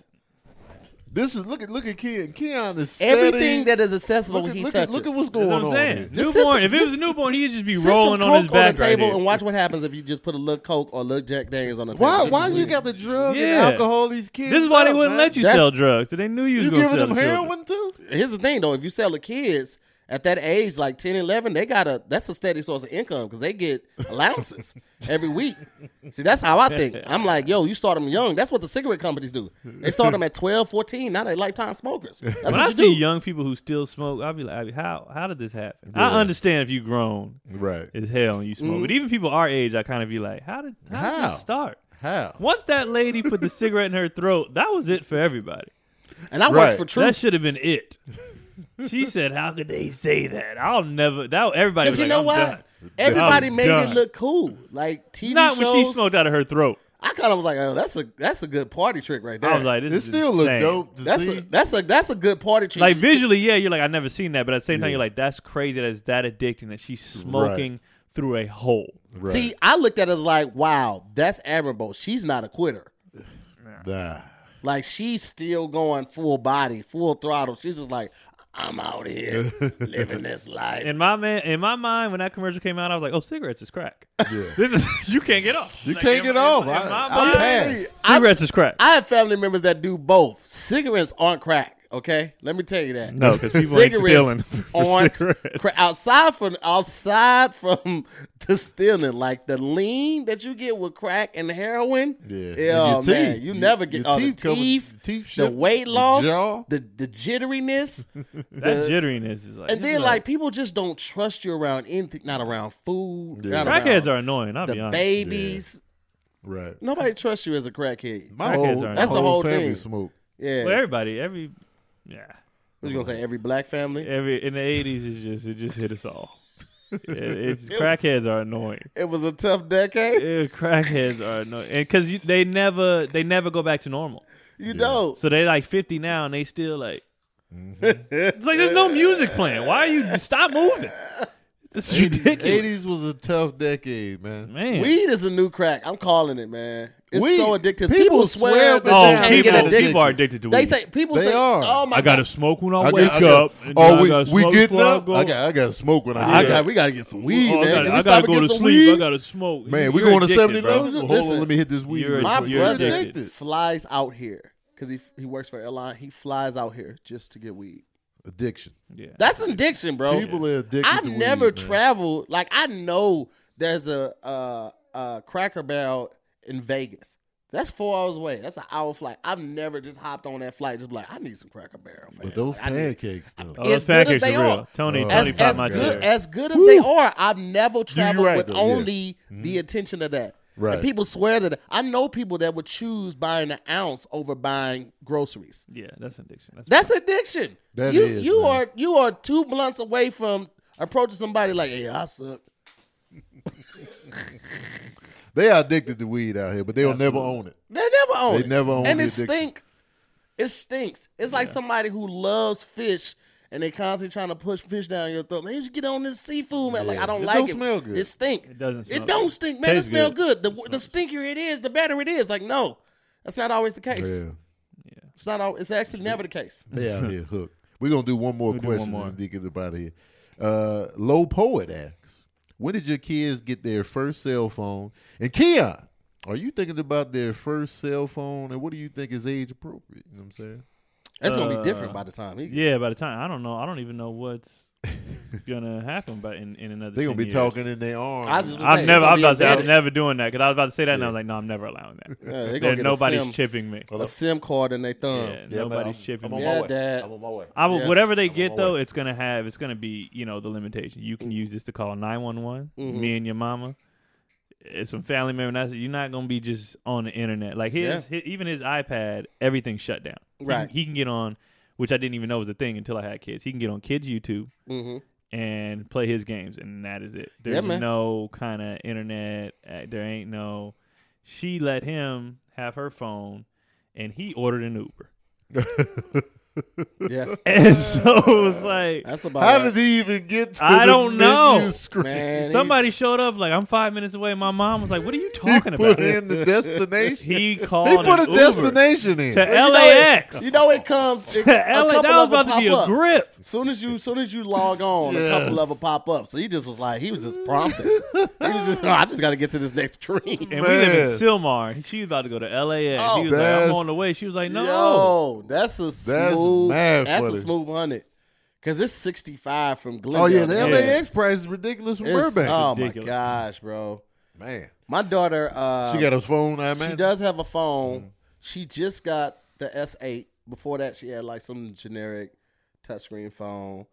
Speaker 3: This is look at look at Keon. Keon is steady.
Speaker 1: Everything that is accessible
Speaker 3: look at,
Speaker 1: he
Speaker 3: look, at,
Speaker 1: touches.
Speaker 3: look at what's
Speaker 2: That's
Speaker 3: going
Speaker 2: what I'm
Speaker 3: on.
Speaker 2: saying.
Speaker 3: here.
Speaker 1: Just sit
Speaker 2: newborn.
Speaker 1: some-
Speaker 2: if it was
Speaker 1: just-
Speaker 2: a newborn, he'd just be
Speaker 1: Sit
Speaker 2: rolling
Speaker 1: some
Speaker 2: on his
Speaker 1: Coke on
Speaker 2: back
Speaker 1: the table
Speaker 2: right here.
Speaker 1: and watch what happens if you just put a little Coke or a little Jack Daniels on the table.
Speaker 3: Why
Speaker 1: just
Speaker 3: why
Speaker 1: to
Speaker 3: you
Speaker 1: see.
Speaker 3: got the drug
Speaker 2: Yeah.
Speaker 3: and alcohol these kids?
Speaker 2: This is why they
Speaker 3: up,
Speaker 2: wouldn't
Speaker 3: man?
Speaker 2: let you
Speaker 1: That's-
Speaker 2: sell drugs. 'cause They knew you was
Speaker 3: You
Speaker 2: gonna
Speaker 3: giving
Speaker 2: sell
Speaker 3: them
Speaker 2: children.
Speaker 3: heroin too?
Speaker 1: Here's the thing though, if you sell the kids at that age, like 10, 11, they got a that's a steady source of income because they get allowances every week. See, that's how I think. I'm like, yo, you start them young. That's what the cigarette companies do. They start them at 12, 14. Now they lifetime smokers. That's
Speaker 2: When
Speaker 1: what
Speaker 2: I
Speaker 1: you
Speaker 2: see
Speaker 1: do.
Speaker 2: young people who still smoke, I'll be like, I'll be, how how did this happen? I understand if you grown
Speaker 3: Right.
Speaker 1: Mm.
Speaker 2: as hell and you smoke, but even people our age, I kind of be like, how did how, did
Speaker 3: How?
Speaker 2: this start?
Speaker 3: How?
Speaker 2: Once that lady put the cigarette in her throat, that was it for everybody.
Speaker 1: And I
Speaker 3: Right.
Speaker 1: worked for Truth.
Speaker 2: That should have been it. She said, "How could they say that? I'll never." That everybody was
Speaker 1: Because you
Speaker 2: like,
Speaker 1: know
Speaker 2: "I'm
Speaker 1: why?
Speaker 2: done."
Speaker 1: Everybody
Speaker 2: I'm
Speaker 1: made
Speaker 2: done.
Speaker 1: it look cool. Like TV
Speaker 2: Not
Speaker 1: shows.
Speaker 2: when she smoked out of her throat.
Speaker 1: I kind of was like, oh, that's a that's a good party trick right there.
Speaker 2: I was like, "This,
Speaker 3: It
Speaker 2: is
Speaker 3: still look
Speaker 2: insane.
Speaker 3: dope to
Speaker 1: that's
Speaker 3: see.
Speaker 1: a that's a that's a good party trick.
Speaker 2: Like visually, yeah, you're like, "I never seen that," but at the same time,
Speaker 3: Yeah.
Speaker 2: you're like, "That's crazy. That is that addicting. That she's smoking through a hole."
Speaker 3: Right.
Speaker 1: See, I looked at it as like, wow, that's admirable. She's not a quitter.
Speaker 3: Nah.
Speaker 1: Like she's still going full body, full throttle. She's just like, I'm out here living this life.
Speaker 2: In my man, in my mind, when that commercial came out, I was like, "Oh, cigarettes is crack.
Speaker 3: Yeah.
Speaker 2: This is you can't get off.
Speaker 3: You
Speaker 2: Like,
Speaker 3: can't
Speaker 2: in-
Speaker 3: get
Speaker 2: in-
Speaker 3: off.
Speaker 2: in
Speaker 3: I,
Speaker 2: my
Speaker 3: I
Speaker 2: mind,
Speaker 3: passed.
Speaker 2: cigarettes is crack.
Speaker 1: I have family members that do both. Cigarettes aren't crack. Okay, let me tell you that.
Speaker 2: No, because people ain't stealing for
Speaker 1: aren't
Speaker 2: cigarettes.
Speaker 1: cra- outside from outside from the stealing, like the lean that you get with crack and heroin.
Speaker 3: Yeah. And
Speaker 1: oh,
Speaker 3: your
Speaker 1: man,
Speaker 3: teeth.
Speaker 1: you
Speaker 3: Your-
Speaker 1: never get
Speaker 3: your
Speaker 1: oh, the
Speaker 3: teeth covered-
Speaker 1: teeth,
Speaker 3: teeth
Speaker 1: the
Speaker 3: shift,
Speaker 1: weight
Speaker 3: your
Speaker 1: loss,
Speaker 3: jaw.
Speaker 1: the the jitteriness,
Speaker 2: That jitteriness is like.
Speaker 1: and
Speaker 2: it's
Speaker 1: then like, people just don't trust you around anything. Not around food.
Speaker 3: Yeah.
Speaker 1: Not around
Speaker 2: crackheads are annoying. I'll be
Speaker 1: the
Speaker 2: honest.
Speaker 1: babies.
Speaker 3: Right.
Speaker 1: Nobody trusts you as a crackhead.
Speaker 2: Crackheads
Speaker 3: My whole,
Speaker 2: aren't-
Speaker 1: That's the
Speaker 3: whole
Speaker 1: whole
Speaker 3: family
Speaker 1: thing.
Speaker 3: smoke.
Speaker 1: Yeah,
Speaker 2: Well, everybody, every, yeah,
Speaker 1: what you gonna say? Every black family.
Speaker 2: every in the eighties is just it just hit us all. It- it's, crackheads are annoying.
Speaker 1: It was a tough decade.
Speaker 2: Yeah, crackheads are annoying, and because they never they never go back to normal.
Speaker 1: You know.
Speaker 2: So they like fifty now, and they still like. It's like there's no music playing. Why are you stop moving? It's
Speaker 3: 80s,
Speaker 2: ridiculous,
Speaker 3: 80s was a tough decade, man.
Speaker 2: man.
Speaker 1: Weed is a new crack. I'm calling it, man. It's
Speaker 3: Weed-
Speaker 1: so addictive.
Speaker 3: people
Speaker 1: People,
Speaker 3: swear
Speaker 1: swear that
Speaker 3: that they
Speaker 1: they
Speaker 2: oh,
Speaker 1: can't
Speaker 2: people,
Speaker 1: get addicted.
Speaker 2: people are addicted to weed.
Speaker 1: They say people
Speaker 3: They
Speaker 1: say,
Speaker 3: are.
Speaker 1: "Oh my
Speaker 2: I gotta
Speaker 1: god,
Speaker 2: smoke when I,
Speaker 3: I
Speaker 2: wake
Speaker 3: got, I got,
Speaker 2: up. and then
Speaker 3: oh,
Speaker 2: I
Speaker 3: we,
Speaker 2: gotta
Speaker 3: we
Speaker 2: smoke
Speaker 3: getting
Speaker 2: before
Speaker 3: up?
Speaker 2: go-
Speaker 3: I got, I got to smoke when I
Speaker 1: I
Speaker 3: get
Speaker 1: got,
Speaker 3: up.
Speaker 1: we gotta get some weed,
Speaker 2: Oh, I
Speaker 1: man.
Speaker 2: gotta,
Speaker 1: Can
Speaker 2: I
Speaker 1: we
Speaker 2: gotta
Speaker 1: stop and
Speaker 2: go
Speaker 1: get
Speaker 2: to
Speaker 1: some
Speaker 2: sleep. I
Speaker 1: weed?
Speaker 2: gotta smoke.
Speaker 3: Man, we
Speaker 2: You're
Speaker 3: going to
Speaker 2: addicted,
Speaker 3: 70
Speaker 2: bro.
Speaker 3: Hold
Speaker 1: Listen.
Speaker 3: on, let me hit this weed.
Speaker 2: You're
Speaker 3: real
Speaker 1: My
Speaker 3: quick.
Speaker 2: You're
Speaker 1: brother
Speaker 2: addicted.
Speaker 1: flies out here because he he works for airline. He flies out here just to get weed.
Speaker 3: Addiction.
Speaker 2: Yeah.
Speaker 1: That's an addiction, bro.
Speaker 3: People are addicted
Speaker 1: Oh, I've
Speaker 3: to weed,
Speaker 1: never
Speaker 3: man.
Speaker 1: traveled. Like I know there's a, a a Cracker Barrel in Vegas. That's four hours away. That's an hour flight. I've never just hopped on that flight. Just be like I need some Cracker Barrel. fam.
Speaker 3: But those
Speaker 1: Like, I need-
Speaker 3: pancakes, though.
Speaker 2: oh, those
Speaker 1: as good as
Speaker 2: pancakes are
Speaker 1: they
Speaker 2: real.
Speaker 1: are.
Speaker 2: Tony,
Speaker 1: as,
Speaker 2: Tony
Speaker 3: Oh, Probably
Speaker 1: as
Speaker 2: popped my
Speaker 3: about
Speaker 1: good
Speaker 2: chair.
Speaker 1: as good as they are, I've never traveled
Speaker 3: right,
Speaker 1: with
Speaker 3: though, yeah. Mm-hmm.
Speaker 1: only the attention of that.
Speaker 3: Right.
Speaker 1: And people swear that I know people that would choose buying an ounce over buying groceries.
Speaker 2: yeah, that's addiction. That's,
Speaker 1: That's addiction.
Speaker 3: That
Speaker 1: you
Speaker 3: is,
Speaker 1: you
Speaker 3: man.
Speaker 1: are you are two blunts away from approaching somebody like, hey, I suck.
Speaker 3: They are addicted to weed out here, but they'll never own it.
Speaker 1: They never own
Speaker 3: They
Speaker 1: it.
Speaker 3: never own
Speaker 1: And
Speaker 3: the
Speaker 1: it
Speaker 3: addiction.
Speaker 1: stink. It stinks. It's like somebody who loves fish and they constantly trying to push fish down your throat. Man, you should get on this seafood, man. Like I don't
Speaker 3: It
Speaker 1: like
Speaker 3: don't
Speaker 1: it.
Speaker 3: smell good.
Speaker 1: It stink.
Speaker 2: It doesn't smell
Speaker 1: It don't
Speaker 2: good.
Speaker 1: stink, man.
Speaker 2: Tastes
Speaker 1: it smell good. The the stinkier it is, the better it is. Like no, that's not always the case.
Speaker 3: Yeah.
Speaker 1: It's not. Al- it's actually never the case.
Speaker 3: They out here hooked. We're gonna do one more
Speaker 2: We'll do one
Speaker 3: question
Speaker 2: more.
Speaker 3: and then get up out of here. Uh, Low Poet asks, When did your kids get their first cell phone? And Keon, are you thinking about their first cell phone and what do you think is age appropriate? You know what I'm saying?
Speaker 1: That's gonna
Speaker 2: Uh,
Speaker 1: be different by the time. He,
Speaker 2: yeah, by the time I don't know, I don't even know what's gonna happen. But in, in another,
Speaker 3: They're gonna
Speaker 2: 10
Speaker 3: be
Speaker 2: years.
Speaker 3: talking in their arms.
Speaker 1: I just was
Speaker 2: I've
Speaker 1: saying,
Speaker 2: never.
Speaker 1: it's
Speaker 2: I'm
Speaker 1: gonna
Speaker 2: about to
Speaker 1: be
Speaker 2: say
Speaker 1: a
Speaker 2: I'm
Speaker 1: bad-
Speaker 2: never doing that because I was about to say that, and I was like, no, I'm never allowing that.
Speaker 1: Yeah, they uh, gonna
Speaker 2: There,
Speaker 1: get a sim-
Speaker 2: nobody's chipping me.
Speaker 3: Hold
Speaker 1: a
Speaker 3: up.
Speaker 1: sim card in their thumb.
Speaker 2: Yeah, nobody's chipping me.
Speaker 1: Yeah, Dad.
Speaker 3: on my way.
Speaker 2: I will,
Speaker 1: Yes.
Speaker 2: whatever they
Speaker 3: on
Speaker 2: get
Speaker 3: my
Speaker 2: though,
Speaker 3: way.
Speaker 2: it's gonna have it's gonna be you know the limitation. You
Speaker 1: Mm-hmm.
Speaker 2: can use this to call nine one one. Me and your mama, and some family member. and That's you're not gonna be just on the internet. Like his,
Speaker 1: Yeah.
Speaker 2: hi- even his iPad, everything's shut down. He can-
Speaker 1: Right.
Speaker 2: he, can get on, which I didn't even know was a thing until I had kids. He can get on kids YouTube
Speaker 1: Mhm.
Speaker 2: and play his games, and that is it. There's
Speaker 1: man.
Speaker 2: no kind of internet. uh, There ain't no. She let him have her phone, and he ordered an Uber.
Speaker 1: Yeah,
Speaker 2: And so it was like
Speaker 1: Uh, that's about.
Speaker 3: How
Speaker 1: it.
Speaker 3: did he even get to
Speaker 2: I
Speaker 3: the
Speaker 2: don't know.
Speaker 3: menu screen?
Speaker 1: Man, he-
Speaker 2: Somebody showed up like I'm five minutes away. My mom was like, "What are you
Speaker 3: He
Speaker 2: talking
Speaker 3: put
Speaker 2: about?"
Speaker 3: in the destination.
Speaker 2: He
Speaker 3: he
Speaker 2: called.
Speaker 3: put a
Speaker 2: an Uber
Speaker 3: destination in.
Speaker 2: to
Speaker 1: You know
Speaker 2: LAX.
Speaker 1: it- You know it comes. It,
Speaker 2: To
Speaker 1: a
Speaker 2: LA,
Speaker 1: couple
Speaker 2: that was
Speaker 1: of 'em
Speaker 2: about to be
Speaker 1: pop
Speaker 2: a
Speaker 1: up.
Speaker 2: grip.
Speaker 1: Soon as you, soon as you log on, a couple of them pop up. So he just was like, he was just prompted. he was just, oh, I just got to get to this next dream.
Speaker 2: And we live
Speaker 3: Man.
Speaker 2: in Silmar. She was about to go to LAX.
Speaker 1: Oh,
Speaker 2: he was like, "I'm
Speaker 3: that's-
Speaker 2: on the way." She was like, "No."
Speaker 1: Yo, that's a smooth,
Speaker 3: mad
Speaker 1: that's, a
Speaker 3: funny.
Speaker 1: smooth hundred. Cause it's sixty five from Glendale.
Speaker 3: Oh yeah, uh, the
Speaker 1: man.
Speaker 3: LAX price is ridiculous from
Speaker 1: It's-
Speaker 3: Burbank.
Speaker 1: oh
Speaker 2: Ridiculous.
Speaker 1: my gosh, bro.
Speaker 3: man,
Speaker 1: My daughter, uh,
Speaker 3: she got a phone. I imagine. Mm-hmm.
Speaker 1: she does have a phone. She just got the S eight. Before that, she had like some generic touchscreen phone.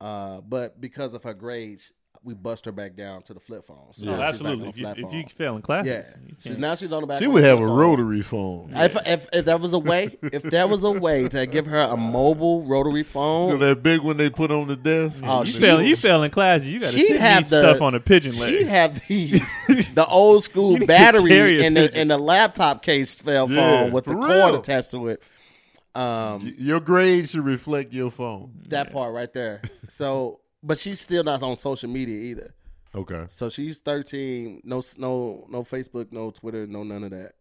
Speaker 1: Uh, but because of her grades, we bust her back down to the flip phone. So
Speaker 3: Yeah.
Speaker 1: now
Speaker 2: Oh,
Speaker 1: she's back
Speaker 2: absolutely.
Speaker 1: on
Speaker 2: If you,
Speaker 1: flat
Speaker 2: if
Speaker 1: phone.
Speaker 2: you fail in classes,
Speaker 1: yeah,
Speaker 2: you
Speaker 1: she's
Speaker 2: can't.
Speaker 1: now she's on the back.
Speaker 3: She
Speaker 1: on
Speaker 3: would
Speaker 1: the
Speaker 3: have a
Speaker 1: flip phone.
Speaker 3: rotary phone.
Speaker 1: If, if if that was a way, if there was a way to give her a mobile rotary
Speaker 3: You know
Speaker 1: phone,
Speaker 3: that big one they put on the desk.
Speaker 1: Oh,
Speaker 2: you
Speaker 1: she
Speaker 2: fail.
Speaker 1: would-
Speaker 2: You fail in classes. You got to
Speaker 1: she'd
Speaker 2: send
Speaker 1: have
Speaker 2: me
Speaker 1: the-
Speaker 2: stuff on a pigeon leg.
Speaker 1: she'd have the the old
Speaker 2: You
Speaker 1: school
Speaker 2: need to carry
Speaker 1: battery
Speaker 2: a
Speaker 1: and the
Speaker 2: picture.
Speaker 1: and the laptop case fell phone
Speaker 3: Yeah,
Speaker 1: with the
Speaker 3: for
Speaker 1: cord
Speaker 3: real.
Speaker 1: attached to it. Um,
Speaker 3: Y- Your grades should reflect your phone.
Speaker 1: that part right there. So, but she's still not on social media either.
Speaker 3: Okay.
Speaker 1: So she's thirteen. No, s- no, no Facebook, no Twitter, no none of that.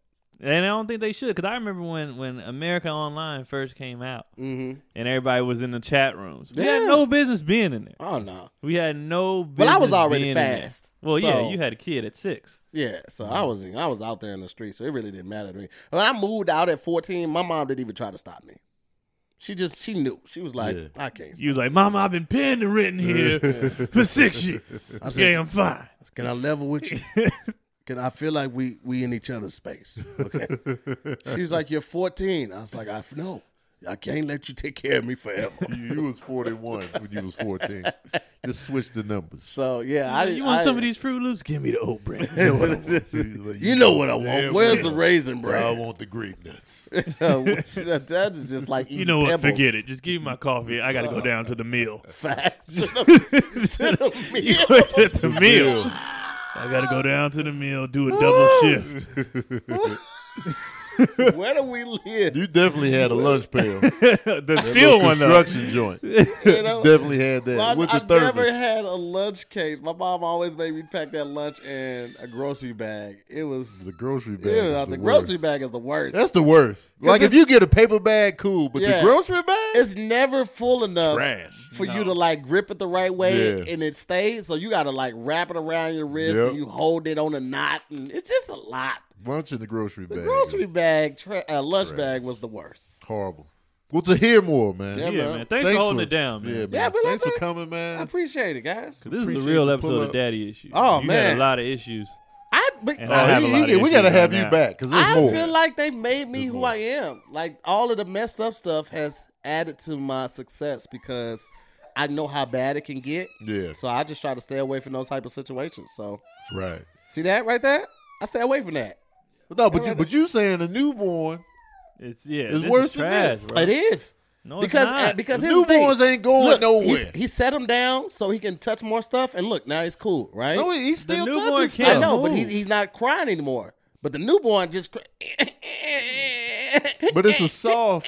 Speaker 2: And I don't think they should, because I remember when when America Online first came out,
Speaker 1: Mm-hmm.
Speaker 2: and everybody was in the chat rooms. We had
Speaker 1: Yeah.
Speaker 2: no business being in there.
Speaker 1: Oh no.
Speaker 2: We had no.
Speaker 1: Well,
Speaker 2: business
Speaker 1: I was already
Speaker 2: being in there.
Speaker 1: fast,
Speaker 2: Well, yeah,
Speaker 1: so-
Speaker 2: you had a kid at six.
Speaker 1: Yeah, so I was I was out there in the street, so it really didn't matter to me. When I moved out at fourteen, my mom didn't even try to stop me. She just she knew she was like,
Speaker 3: Yeah.
Speaker 1: I can't.
Speaker 2: You was like, Mama, I've been paying the rent in here for six years.
Speaker 1: I said-
Speaker 2: Okay, I'm fine.
Speaker 1: Can I level with you? Can I feel like we we in each other's space? Okay. she was like, you're fourteen. I was like, I know. I can't let you take care of me forever.
Speaker 3: You, you was 41 when you was 14. Just switch the numbers.
Speaker 1: So yeah, I
Speaker 2: you want
Speaker 1: I-
Speaker 2: some of these Fruit Loops? Give me the old brand.
Speaker 3: You know what I want. You
Speaker 1: You know what I
Speaker 3: damn
Speaker 1: want. Where's the
Speaker 3: well.
Speaker 1: raisin
Speaker 3: I
Speaker 1: bread?
Speaker 3: want the grape nuts.
Speaker 1: that is just like
Speaker 2: you know what? Forget it. Just give me my coffee. I got to go down to the meal.
Speaker 1: Facts. Uh. To the- to the meal.
Speaker 2: At the meal. I got to go down to the meal, do a double shift.
Speaker 1: Where do we live?
Speaker 3: You definitely had a lunch pail.
Speaker 2: the steel one, though.
Speaker 3: Construction joint.
Speaker 1: You know?
Speaker 3: Definitely had that.
Speaker 1: Well, I,
Speaker 3: with the
Speaker 1: I
Speaker 3: thermos.
Speaker 1: never had a lunch case. My mom always made me pack that lunch in a grocery bag. It was
Speaker 3: the grocery bag.
Speaker 1: yeah,
Speaker 3: is
Speaker 1: the,
Speaker 3: the
Speaker 1: grocery
Speaker 3: worst.
Speaker 1: bag is the worst.
Speaker 3: That's the worst. Like if
Speaker 1: it's-
Speaker 3: you get a paper bag, cool, but
Speaker 1: Yeah.
Speaker 3: the grocery bag,
Speaker 1: it's never full enough
Speaker 3: trash.
Speaker 1: for you to like grip it the right way
Speaker 3: Yeah.
Speaker 1: and it stays. So you got to like wrap it around your wrist
Speaker 3: Yep.
Speaker 1: and you hold it on a knot, and it's just a lot.
Speaker 3: Lunch in the grocery
Speaker 1: The
Speaker 3: bag.
Speaker 1: grocery
Speaker 3: is
Speaker 1: bag, tra- uh, lunch
Speaker 3: Trash.
Speaker 1: bag was the worst.
Speaker 3: horrible. Well, to hear more, man.
Speaker 1: Yeah,
Speaker 2: Yeah,
Speaker 1: bro.
Speaker 2: man. Thanks, for holding it down, man.
Speaker 3: Yeah, man.
Speaker 1: Yeah, but
Speaker 3: Thanks
Speaker 1: like,
Speaker 3: for coming,
Speaker 1: I
Speaker 3: man.
Speaker 1: appreciate it, guys.
Speaker 2: This is a
Speaker 3: Appreciate
Speaker 2: real
Speaker 3: the
Speaker 2: episode
Speaker 3: pull-up.
Speaker 2: of Daddy Issues.
Speaker 1: Oh,
Speaker 2: you
Speaker 1: man.
Speaker 2: had a lot of issues.
Speaker 1: I but,
Speaker 2: And
Speaker 1: I,
Speaker 2: I have a lot
Speaker 3: he- he-
Speaker 2: of issues
Speaker 3: we gotta have
Speaker 2: right
Speaker 3: you
Speaker 2: now.
Speaker 3: back because there's more.
Speaker 1: feel like they made me
Speaker 3: There's
Speaker 1: who
Speaker 3: more.
Speaker 1: I am. Like all of the messed up stuff has added to my success because I know how bad it can get.
Speaker 3: yeah,
Speaker 1: So I just try to stay away from those type of situations. So
Speaker 3: right.
Speaker 1: see that right there? I stay away from that.
Speaker 3: But no, but
Speaker 1: Alright.
Speaker 3: you but you saying a newborn,
Speaker 2: It's yeah.
Speaker 3: It's
Speaker 2: this is
Speaker 3: worse than
Speaker 2: trash,
Speaker 3: this.
Speaker 2: bro.
Speaker 1: It is
Speaker 2: No, it's
Speaker 1: because
Speaker 2: not.
Speaker 1: uh, because
Speaker 3: the
Speaker 1: his
Speaker 3: newborns ain't going nowhere.
Speaker 1: He set him down so he can touch more stuff, and look now he's cool, right?
Speaker 3: no, he- he's
Speaker 2: The
Speaker 3: still
Speaker 2: newborn
Speaker 3: touching
Speaker 2: can't
Speaker 1: I
Speaker 3: stuff.
Speaker 1: know, but
Speaker 2: move.
Speaker 1: he, he's not crying anymore. But the newborn just. Cry-
Speaker 3: But it's a soft,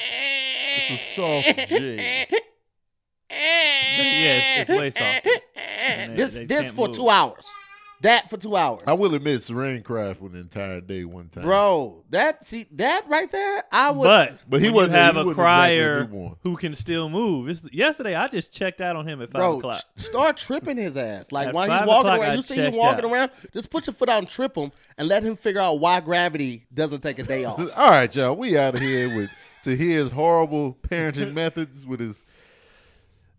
Speaker 3: it's a soft J.
Speaker 2: yeah, it's, it's way softer. And they-
Speaker 1: this
Speaker 2: they
Speaker 1: this
Speaker 2: can't
Speaker 1: for
Speaker 2: move.
Speaker 1: two hours. That for two hours.
Speaker 3: I will admit, Serene cried for the entire day one time,
Speaker 1: Bro, that see that right there, I would
Speaker 2: But
Speaker 3: But he
Speaker 2: when
Speaker 3: wasn't-
Speaker 2: you have
Speaker 3: he
Speaker 2: a
Speaker 3: wasn't exactly a
Speaker 2: crier
Speaker 3: newborn.
Speaker 2: who can still move. It's, yesterday, I just checked out on him at five
Speaker 1: bro
Speaker 2: o'clock.
Speaker 1: st- start tripping his ass. Like
Speaker 2: At
Speaker 1: while he's
Speaker 2: five
Speaker 1: walking
Speaker 2: o'clock,
Speaker 1: around,
Speaker 2: I
Speaker 1: you see him
Speaker 2: checked
Speaker 1: walking
Speaker 2: out.
Speaker 1: around, just put your foot out and trip him and let him figure out why gravity doesn't take a day off.
Speaker 3: All right, y'all. We out of here with to hear his horrible parenting methods with his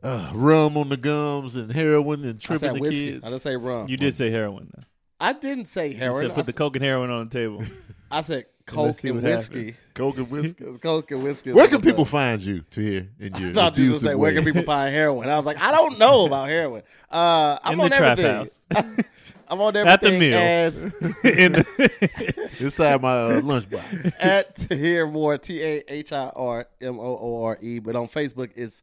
Speaker 3: uh, rum on the gums and heroin and
Speaker 1: I
Speaker 3: tripping
Speaker 1: said
Speaker 3: the
Speaker 1: whiskey.
Speaker 3: kids.
Speaker 1: I didn't say rum.
Speaker 2: You did say heroin though.
Speaker 1: I didn't say
Speaker 2: You
Speaker 1: heroin.
Speaker 2: said
Speaker 1: I,
Speaker 2: put the
Speaker 1: s-
Speaker 2: coke and heroin on the table.
Speaker 1: I said
Speaker 2: let's
Speaker 1: coke
Speaker 2: see
Speaker 1: and
Speaker 2: what
Speaker 1: whiskey.
Speaker 2: happens.
Speaker 3: Coke and whiskey.
Speaker 1: Because coke and whiskey. is
Speaker 3: Where can
Speaker 1: what's up.
Speaker 3: people find you to hear in your
Speaker 1: I thought you was
Speaker 3: abusive
Speaker 1: gonna say, where
Speaker 3: way?
Speaker 1: can people find heroin? I was like, I don't know about heroin. Uh, I'm
Speaker 2: In
Speaker 1: on
Speaker 2: the trap
Speaker 1: everything.
Speaker 2: house.
Speaker 1: I'm on everything
Speaker 2: At the meal.
Speaker 1: as
Speaker 2: And-
Speaker 3: inside my uh, lunchbox?
Speaker 1: at to hear more T A H I R M O O R E. But on Facebook, it's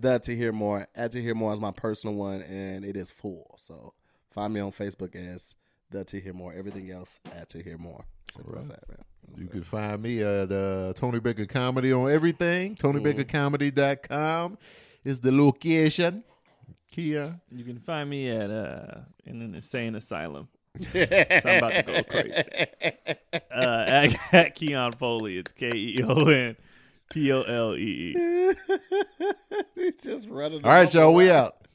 Speaker 1: the to hear more. At to hear more is my personal one, and it is full. So find me on Facebook as the to hear more. Everything else at to hear more. So that's that, man.
Speaker 3: You can find me at uh, Tony Baker Comedy on everything.
Speaker 1: Mm.
Speaker 3: TonyBakerComedy.com is the location. Kia.
Speaker 2: you can find me at uh, in an insane asylum. so I'm about to go crazy. Uh, at, at Keon Foley, it's K E O N P O L E E.
Speaker 1: He's just running.
Speaker 3: All right, y'all. We out.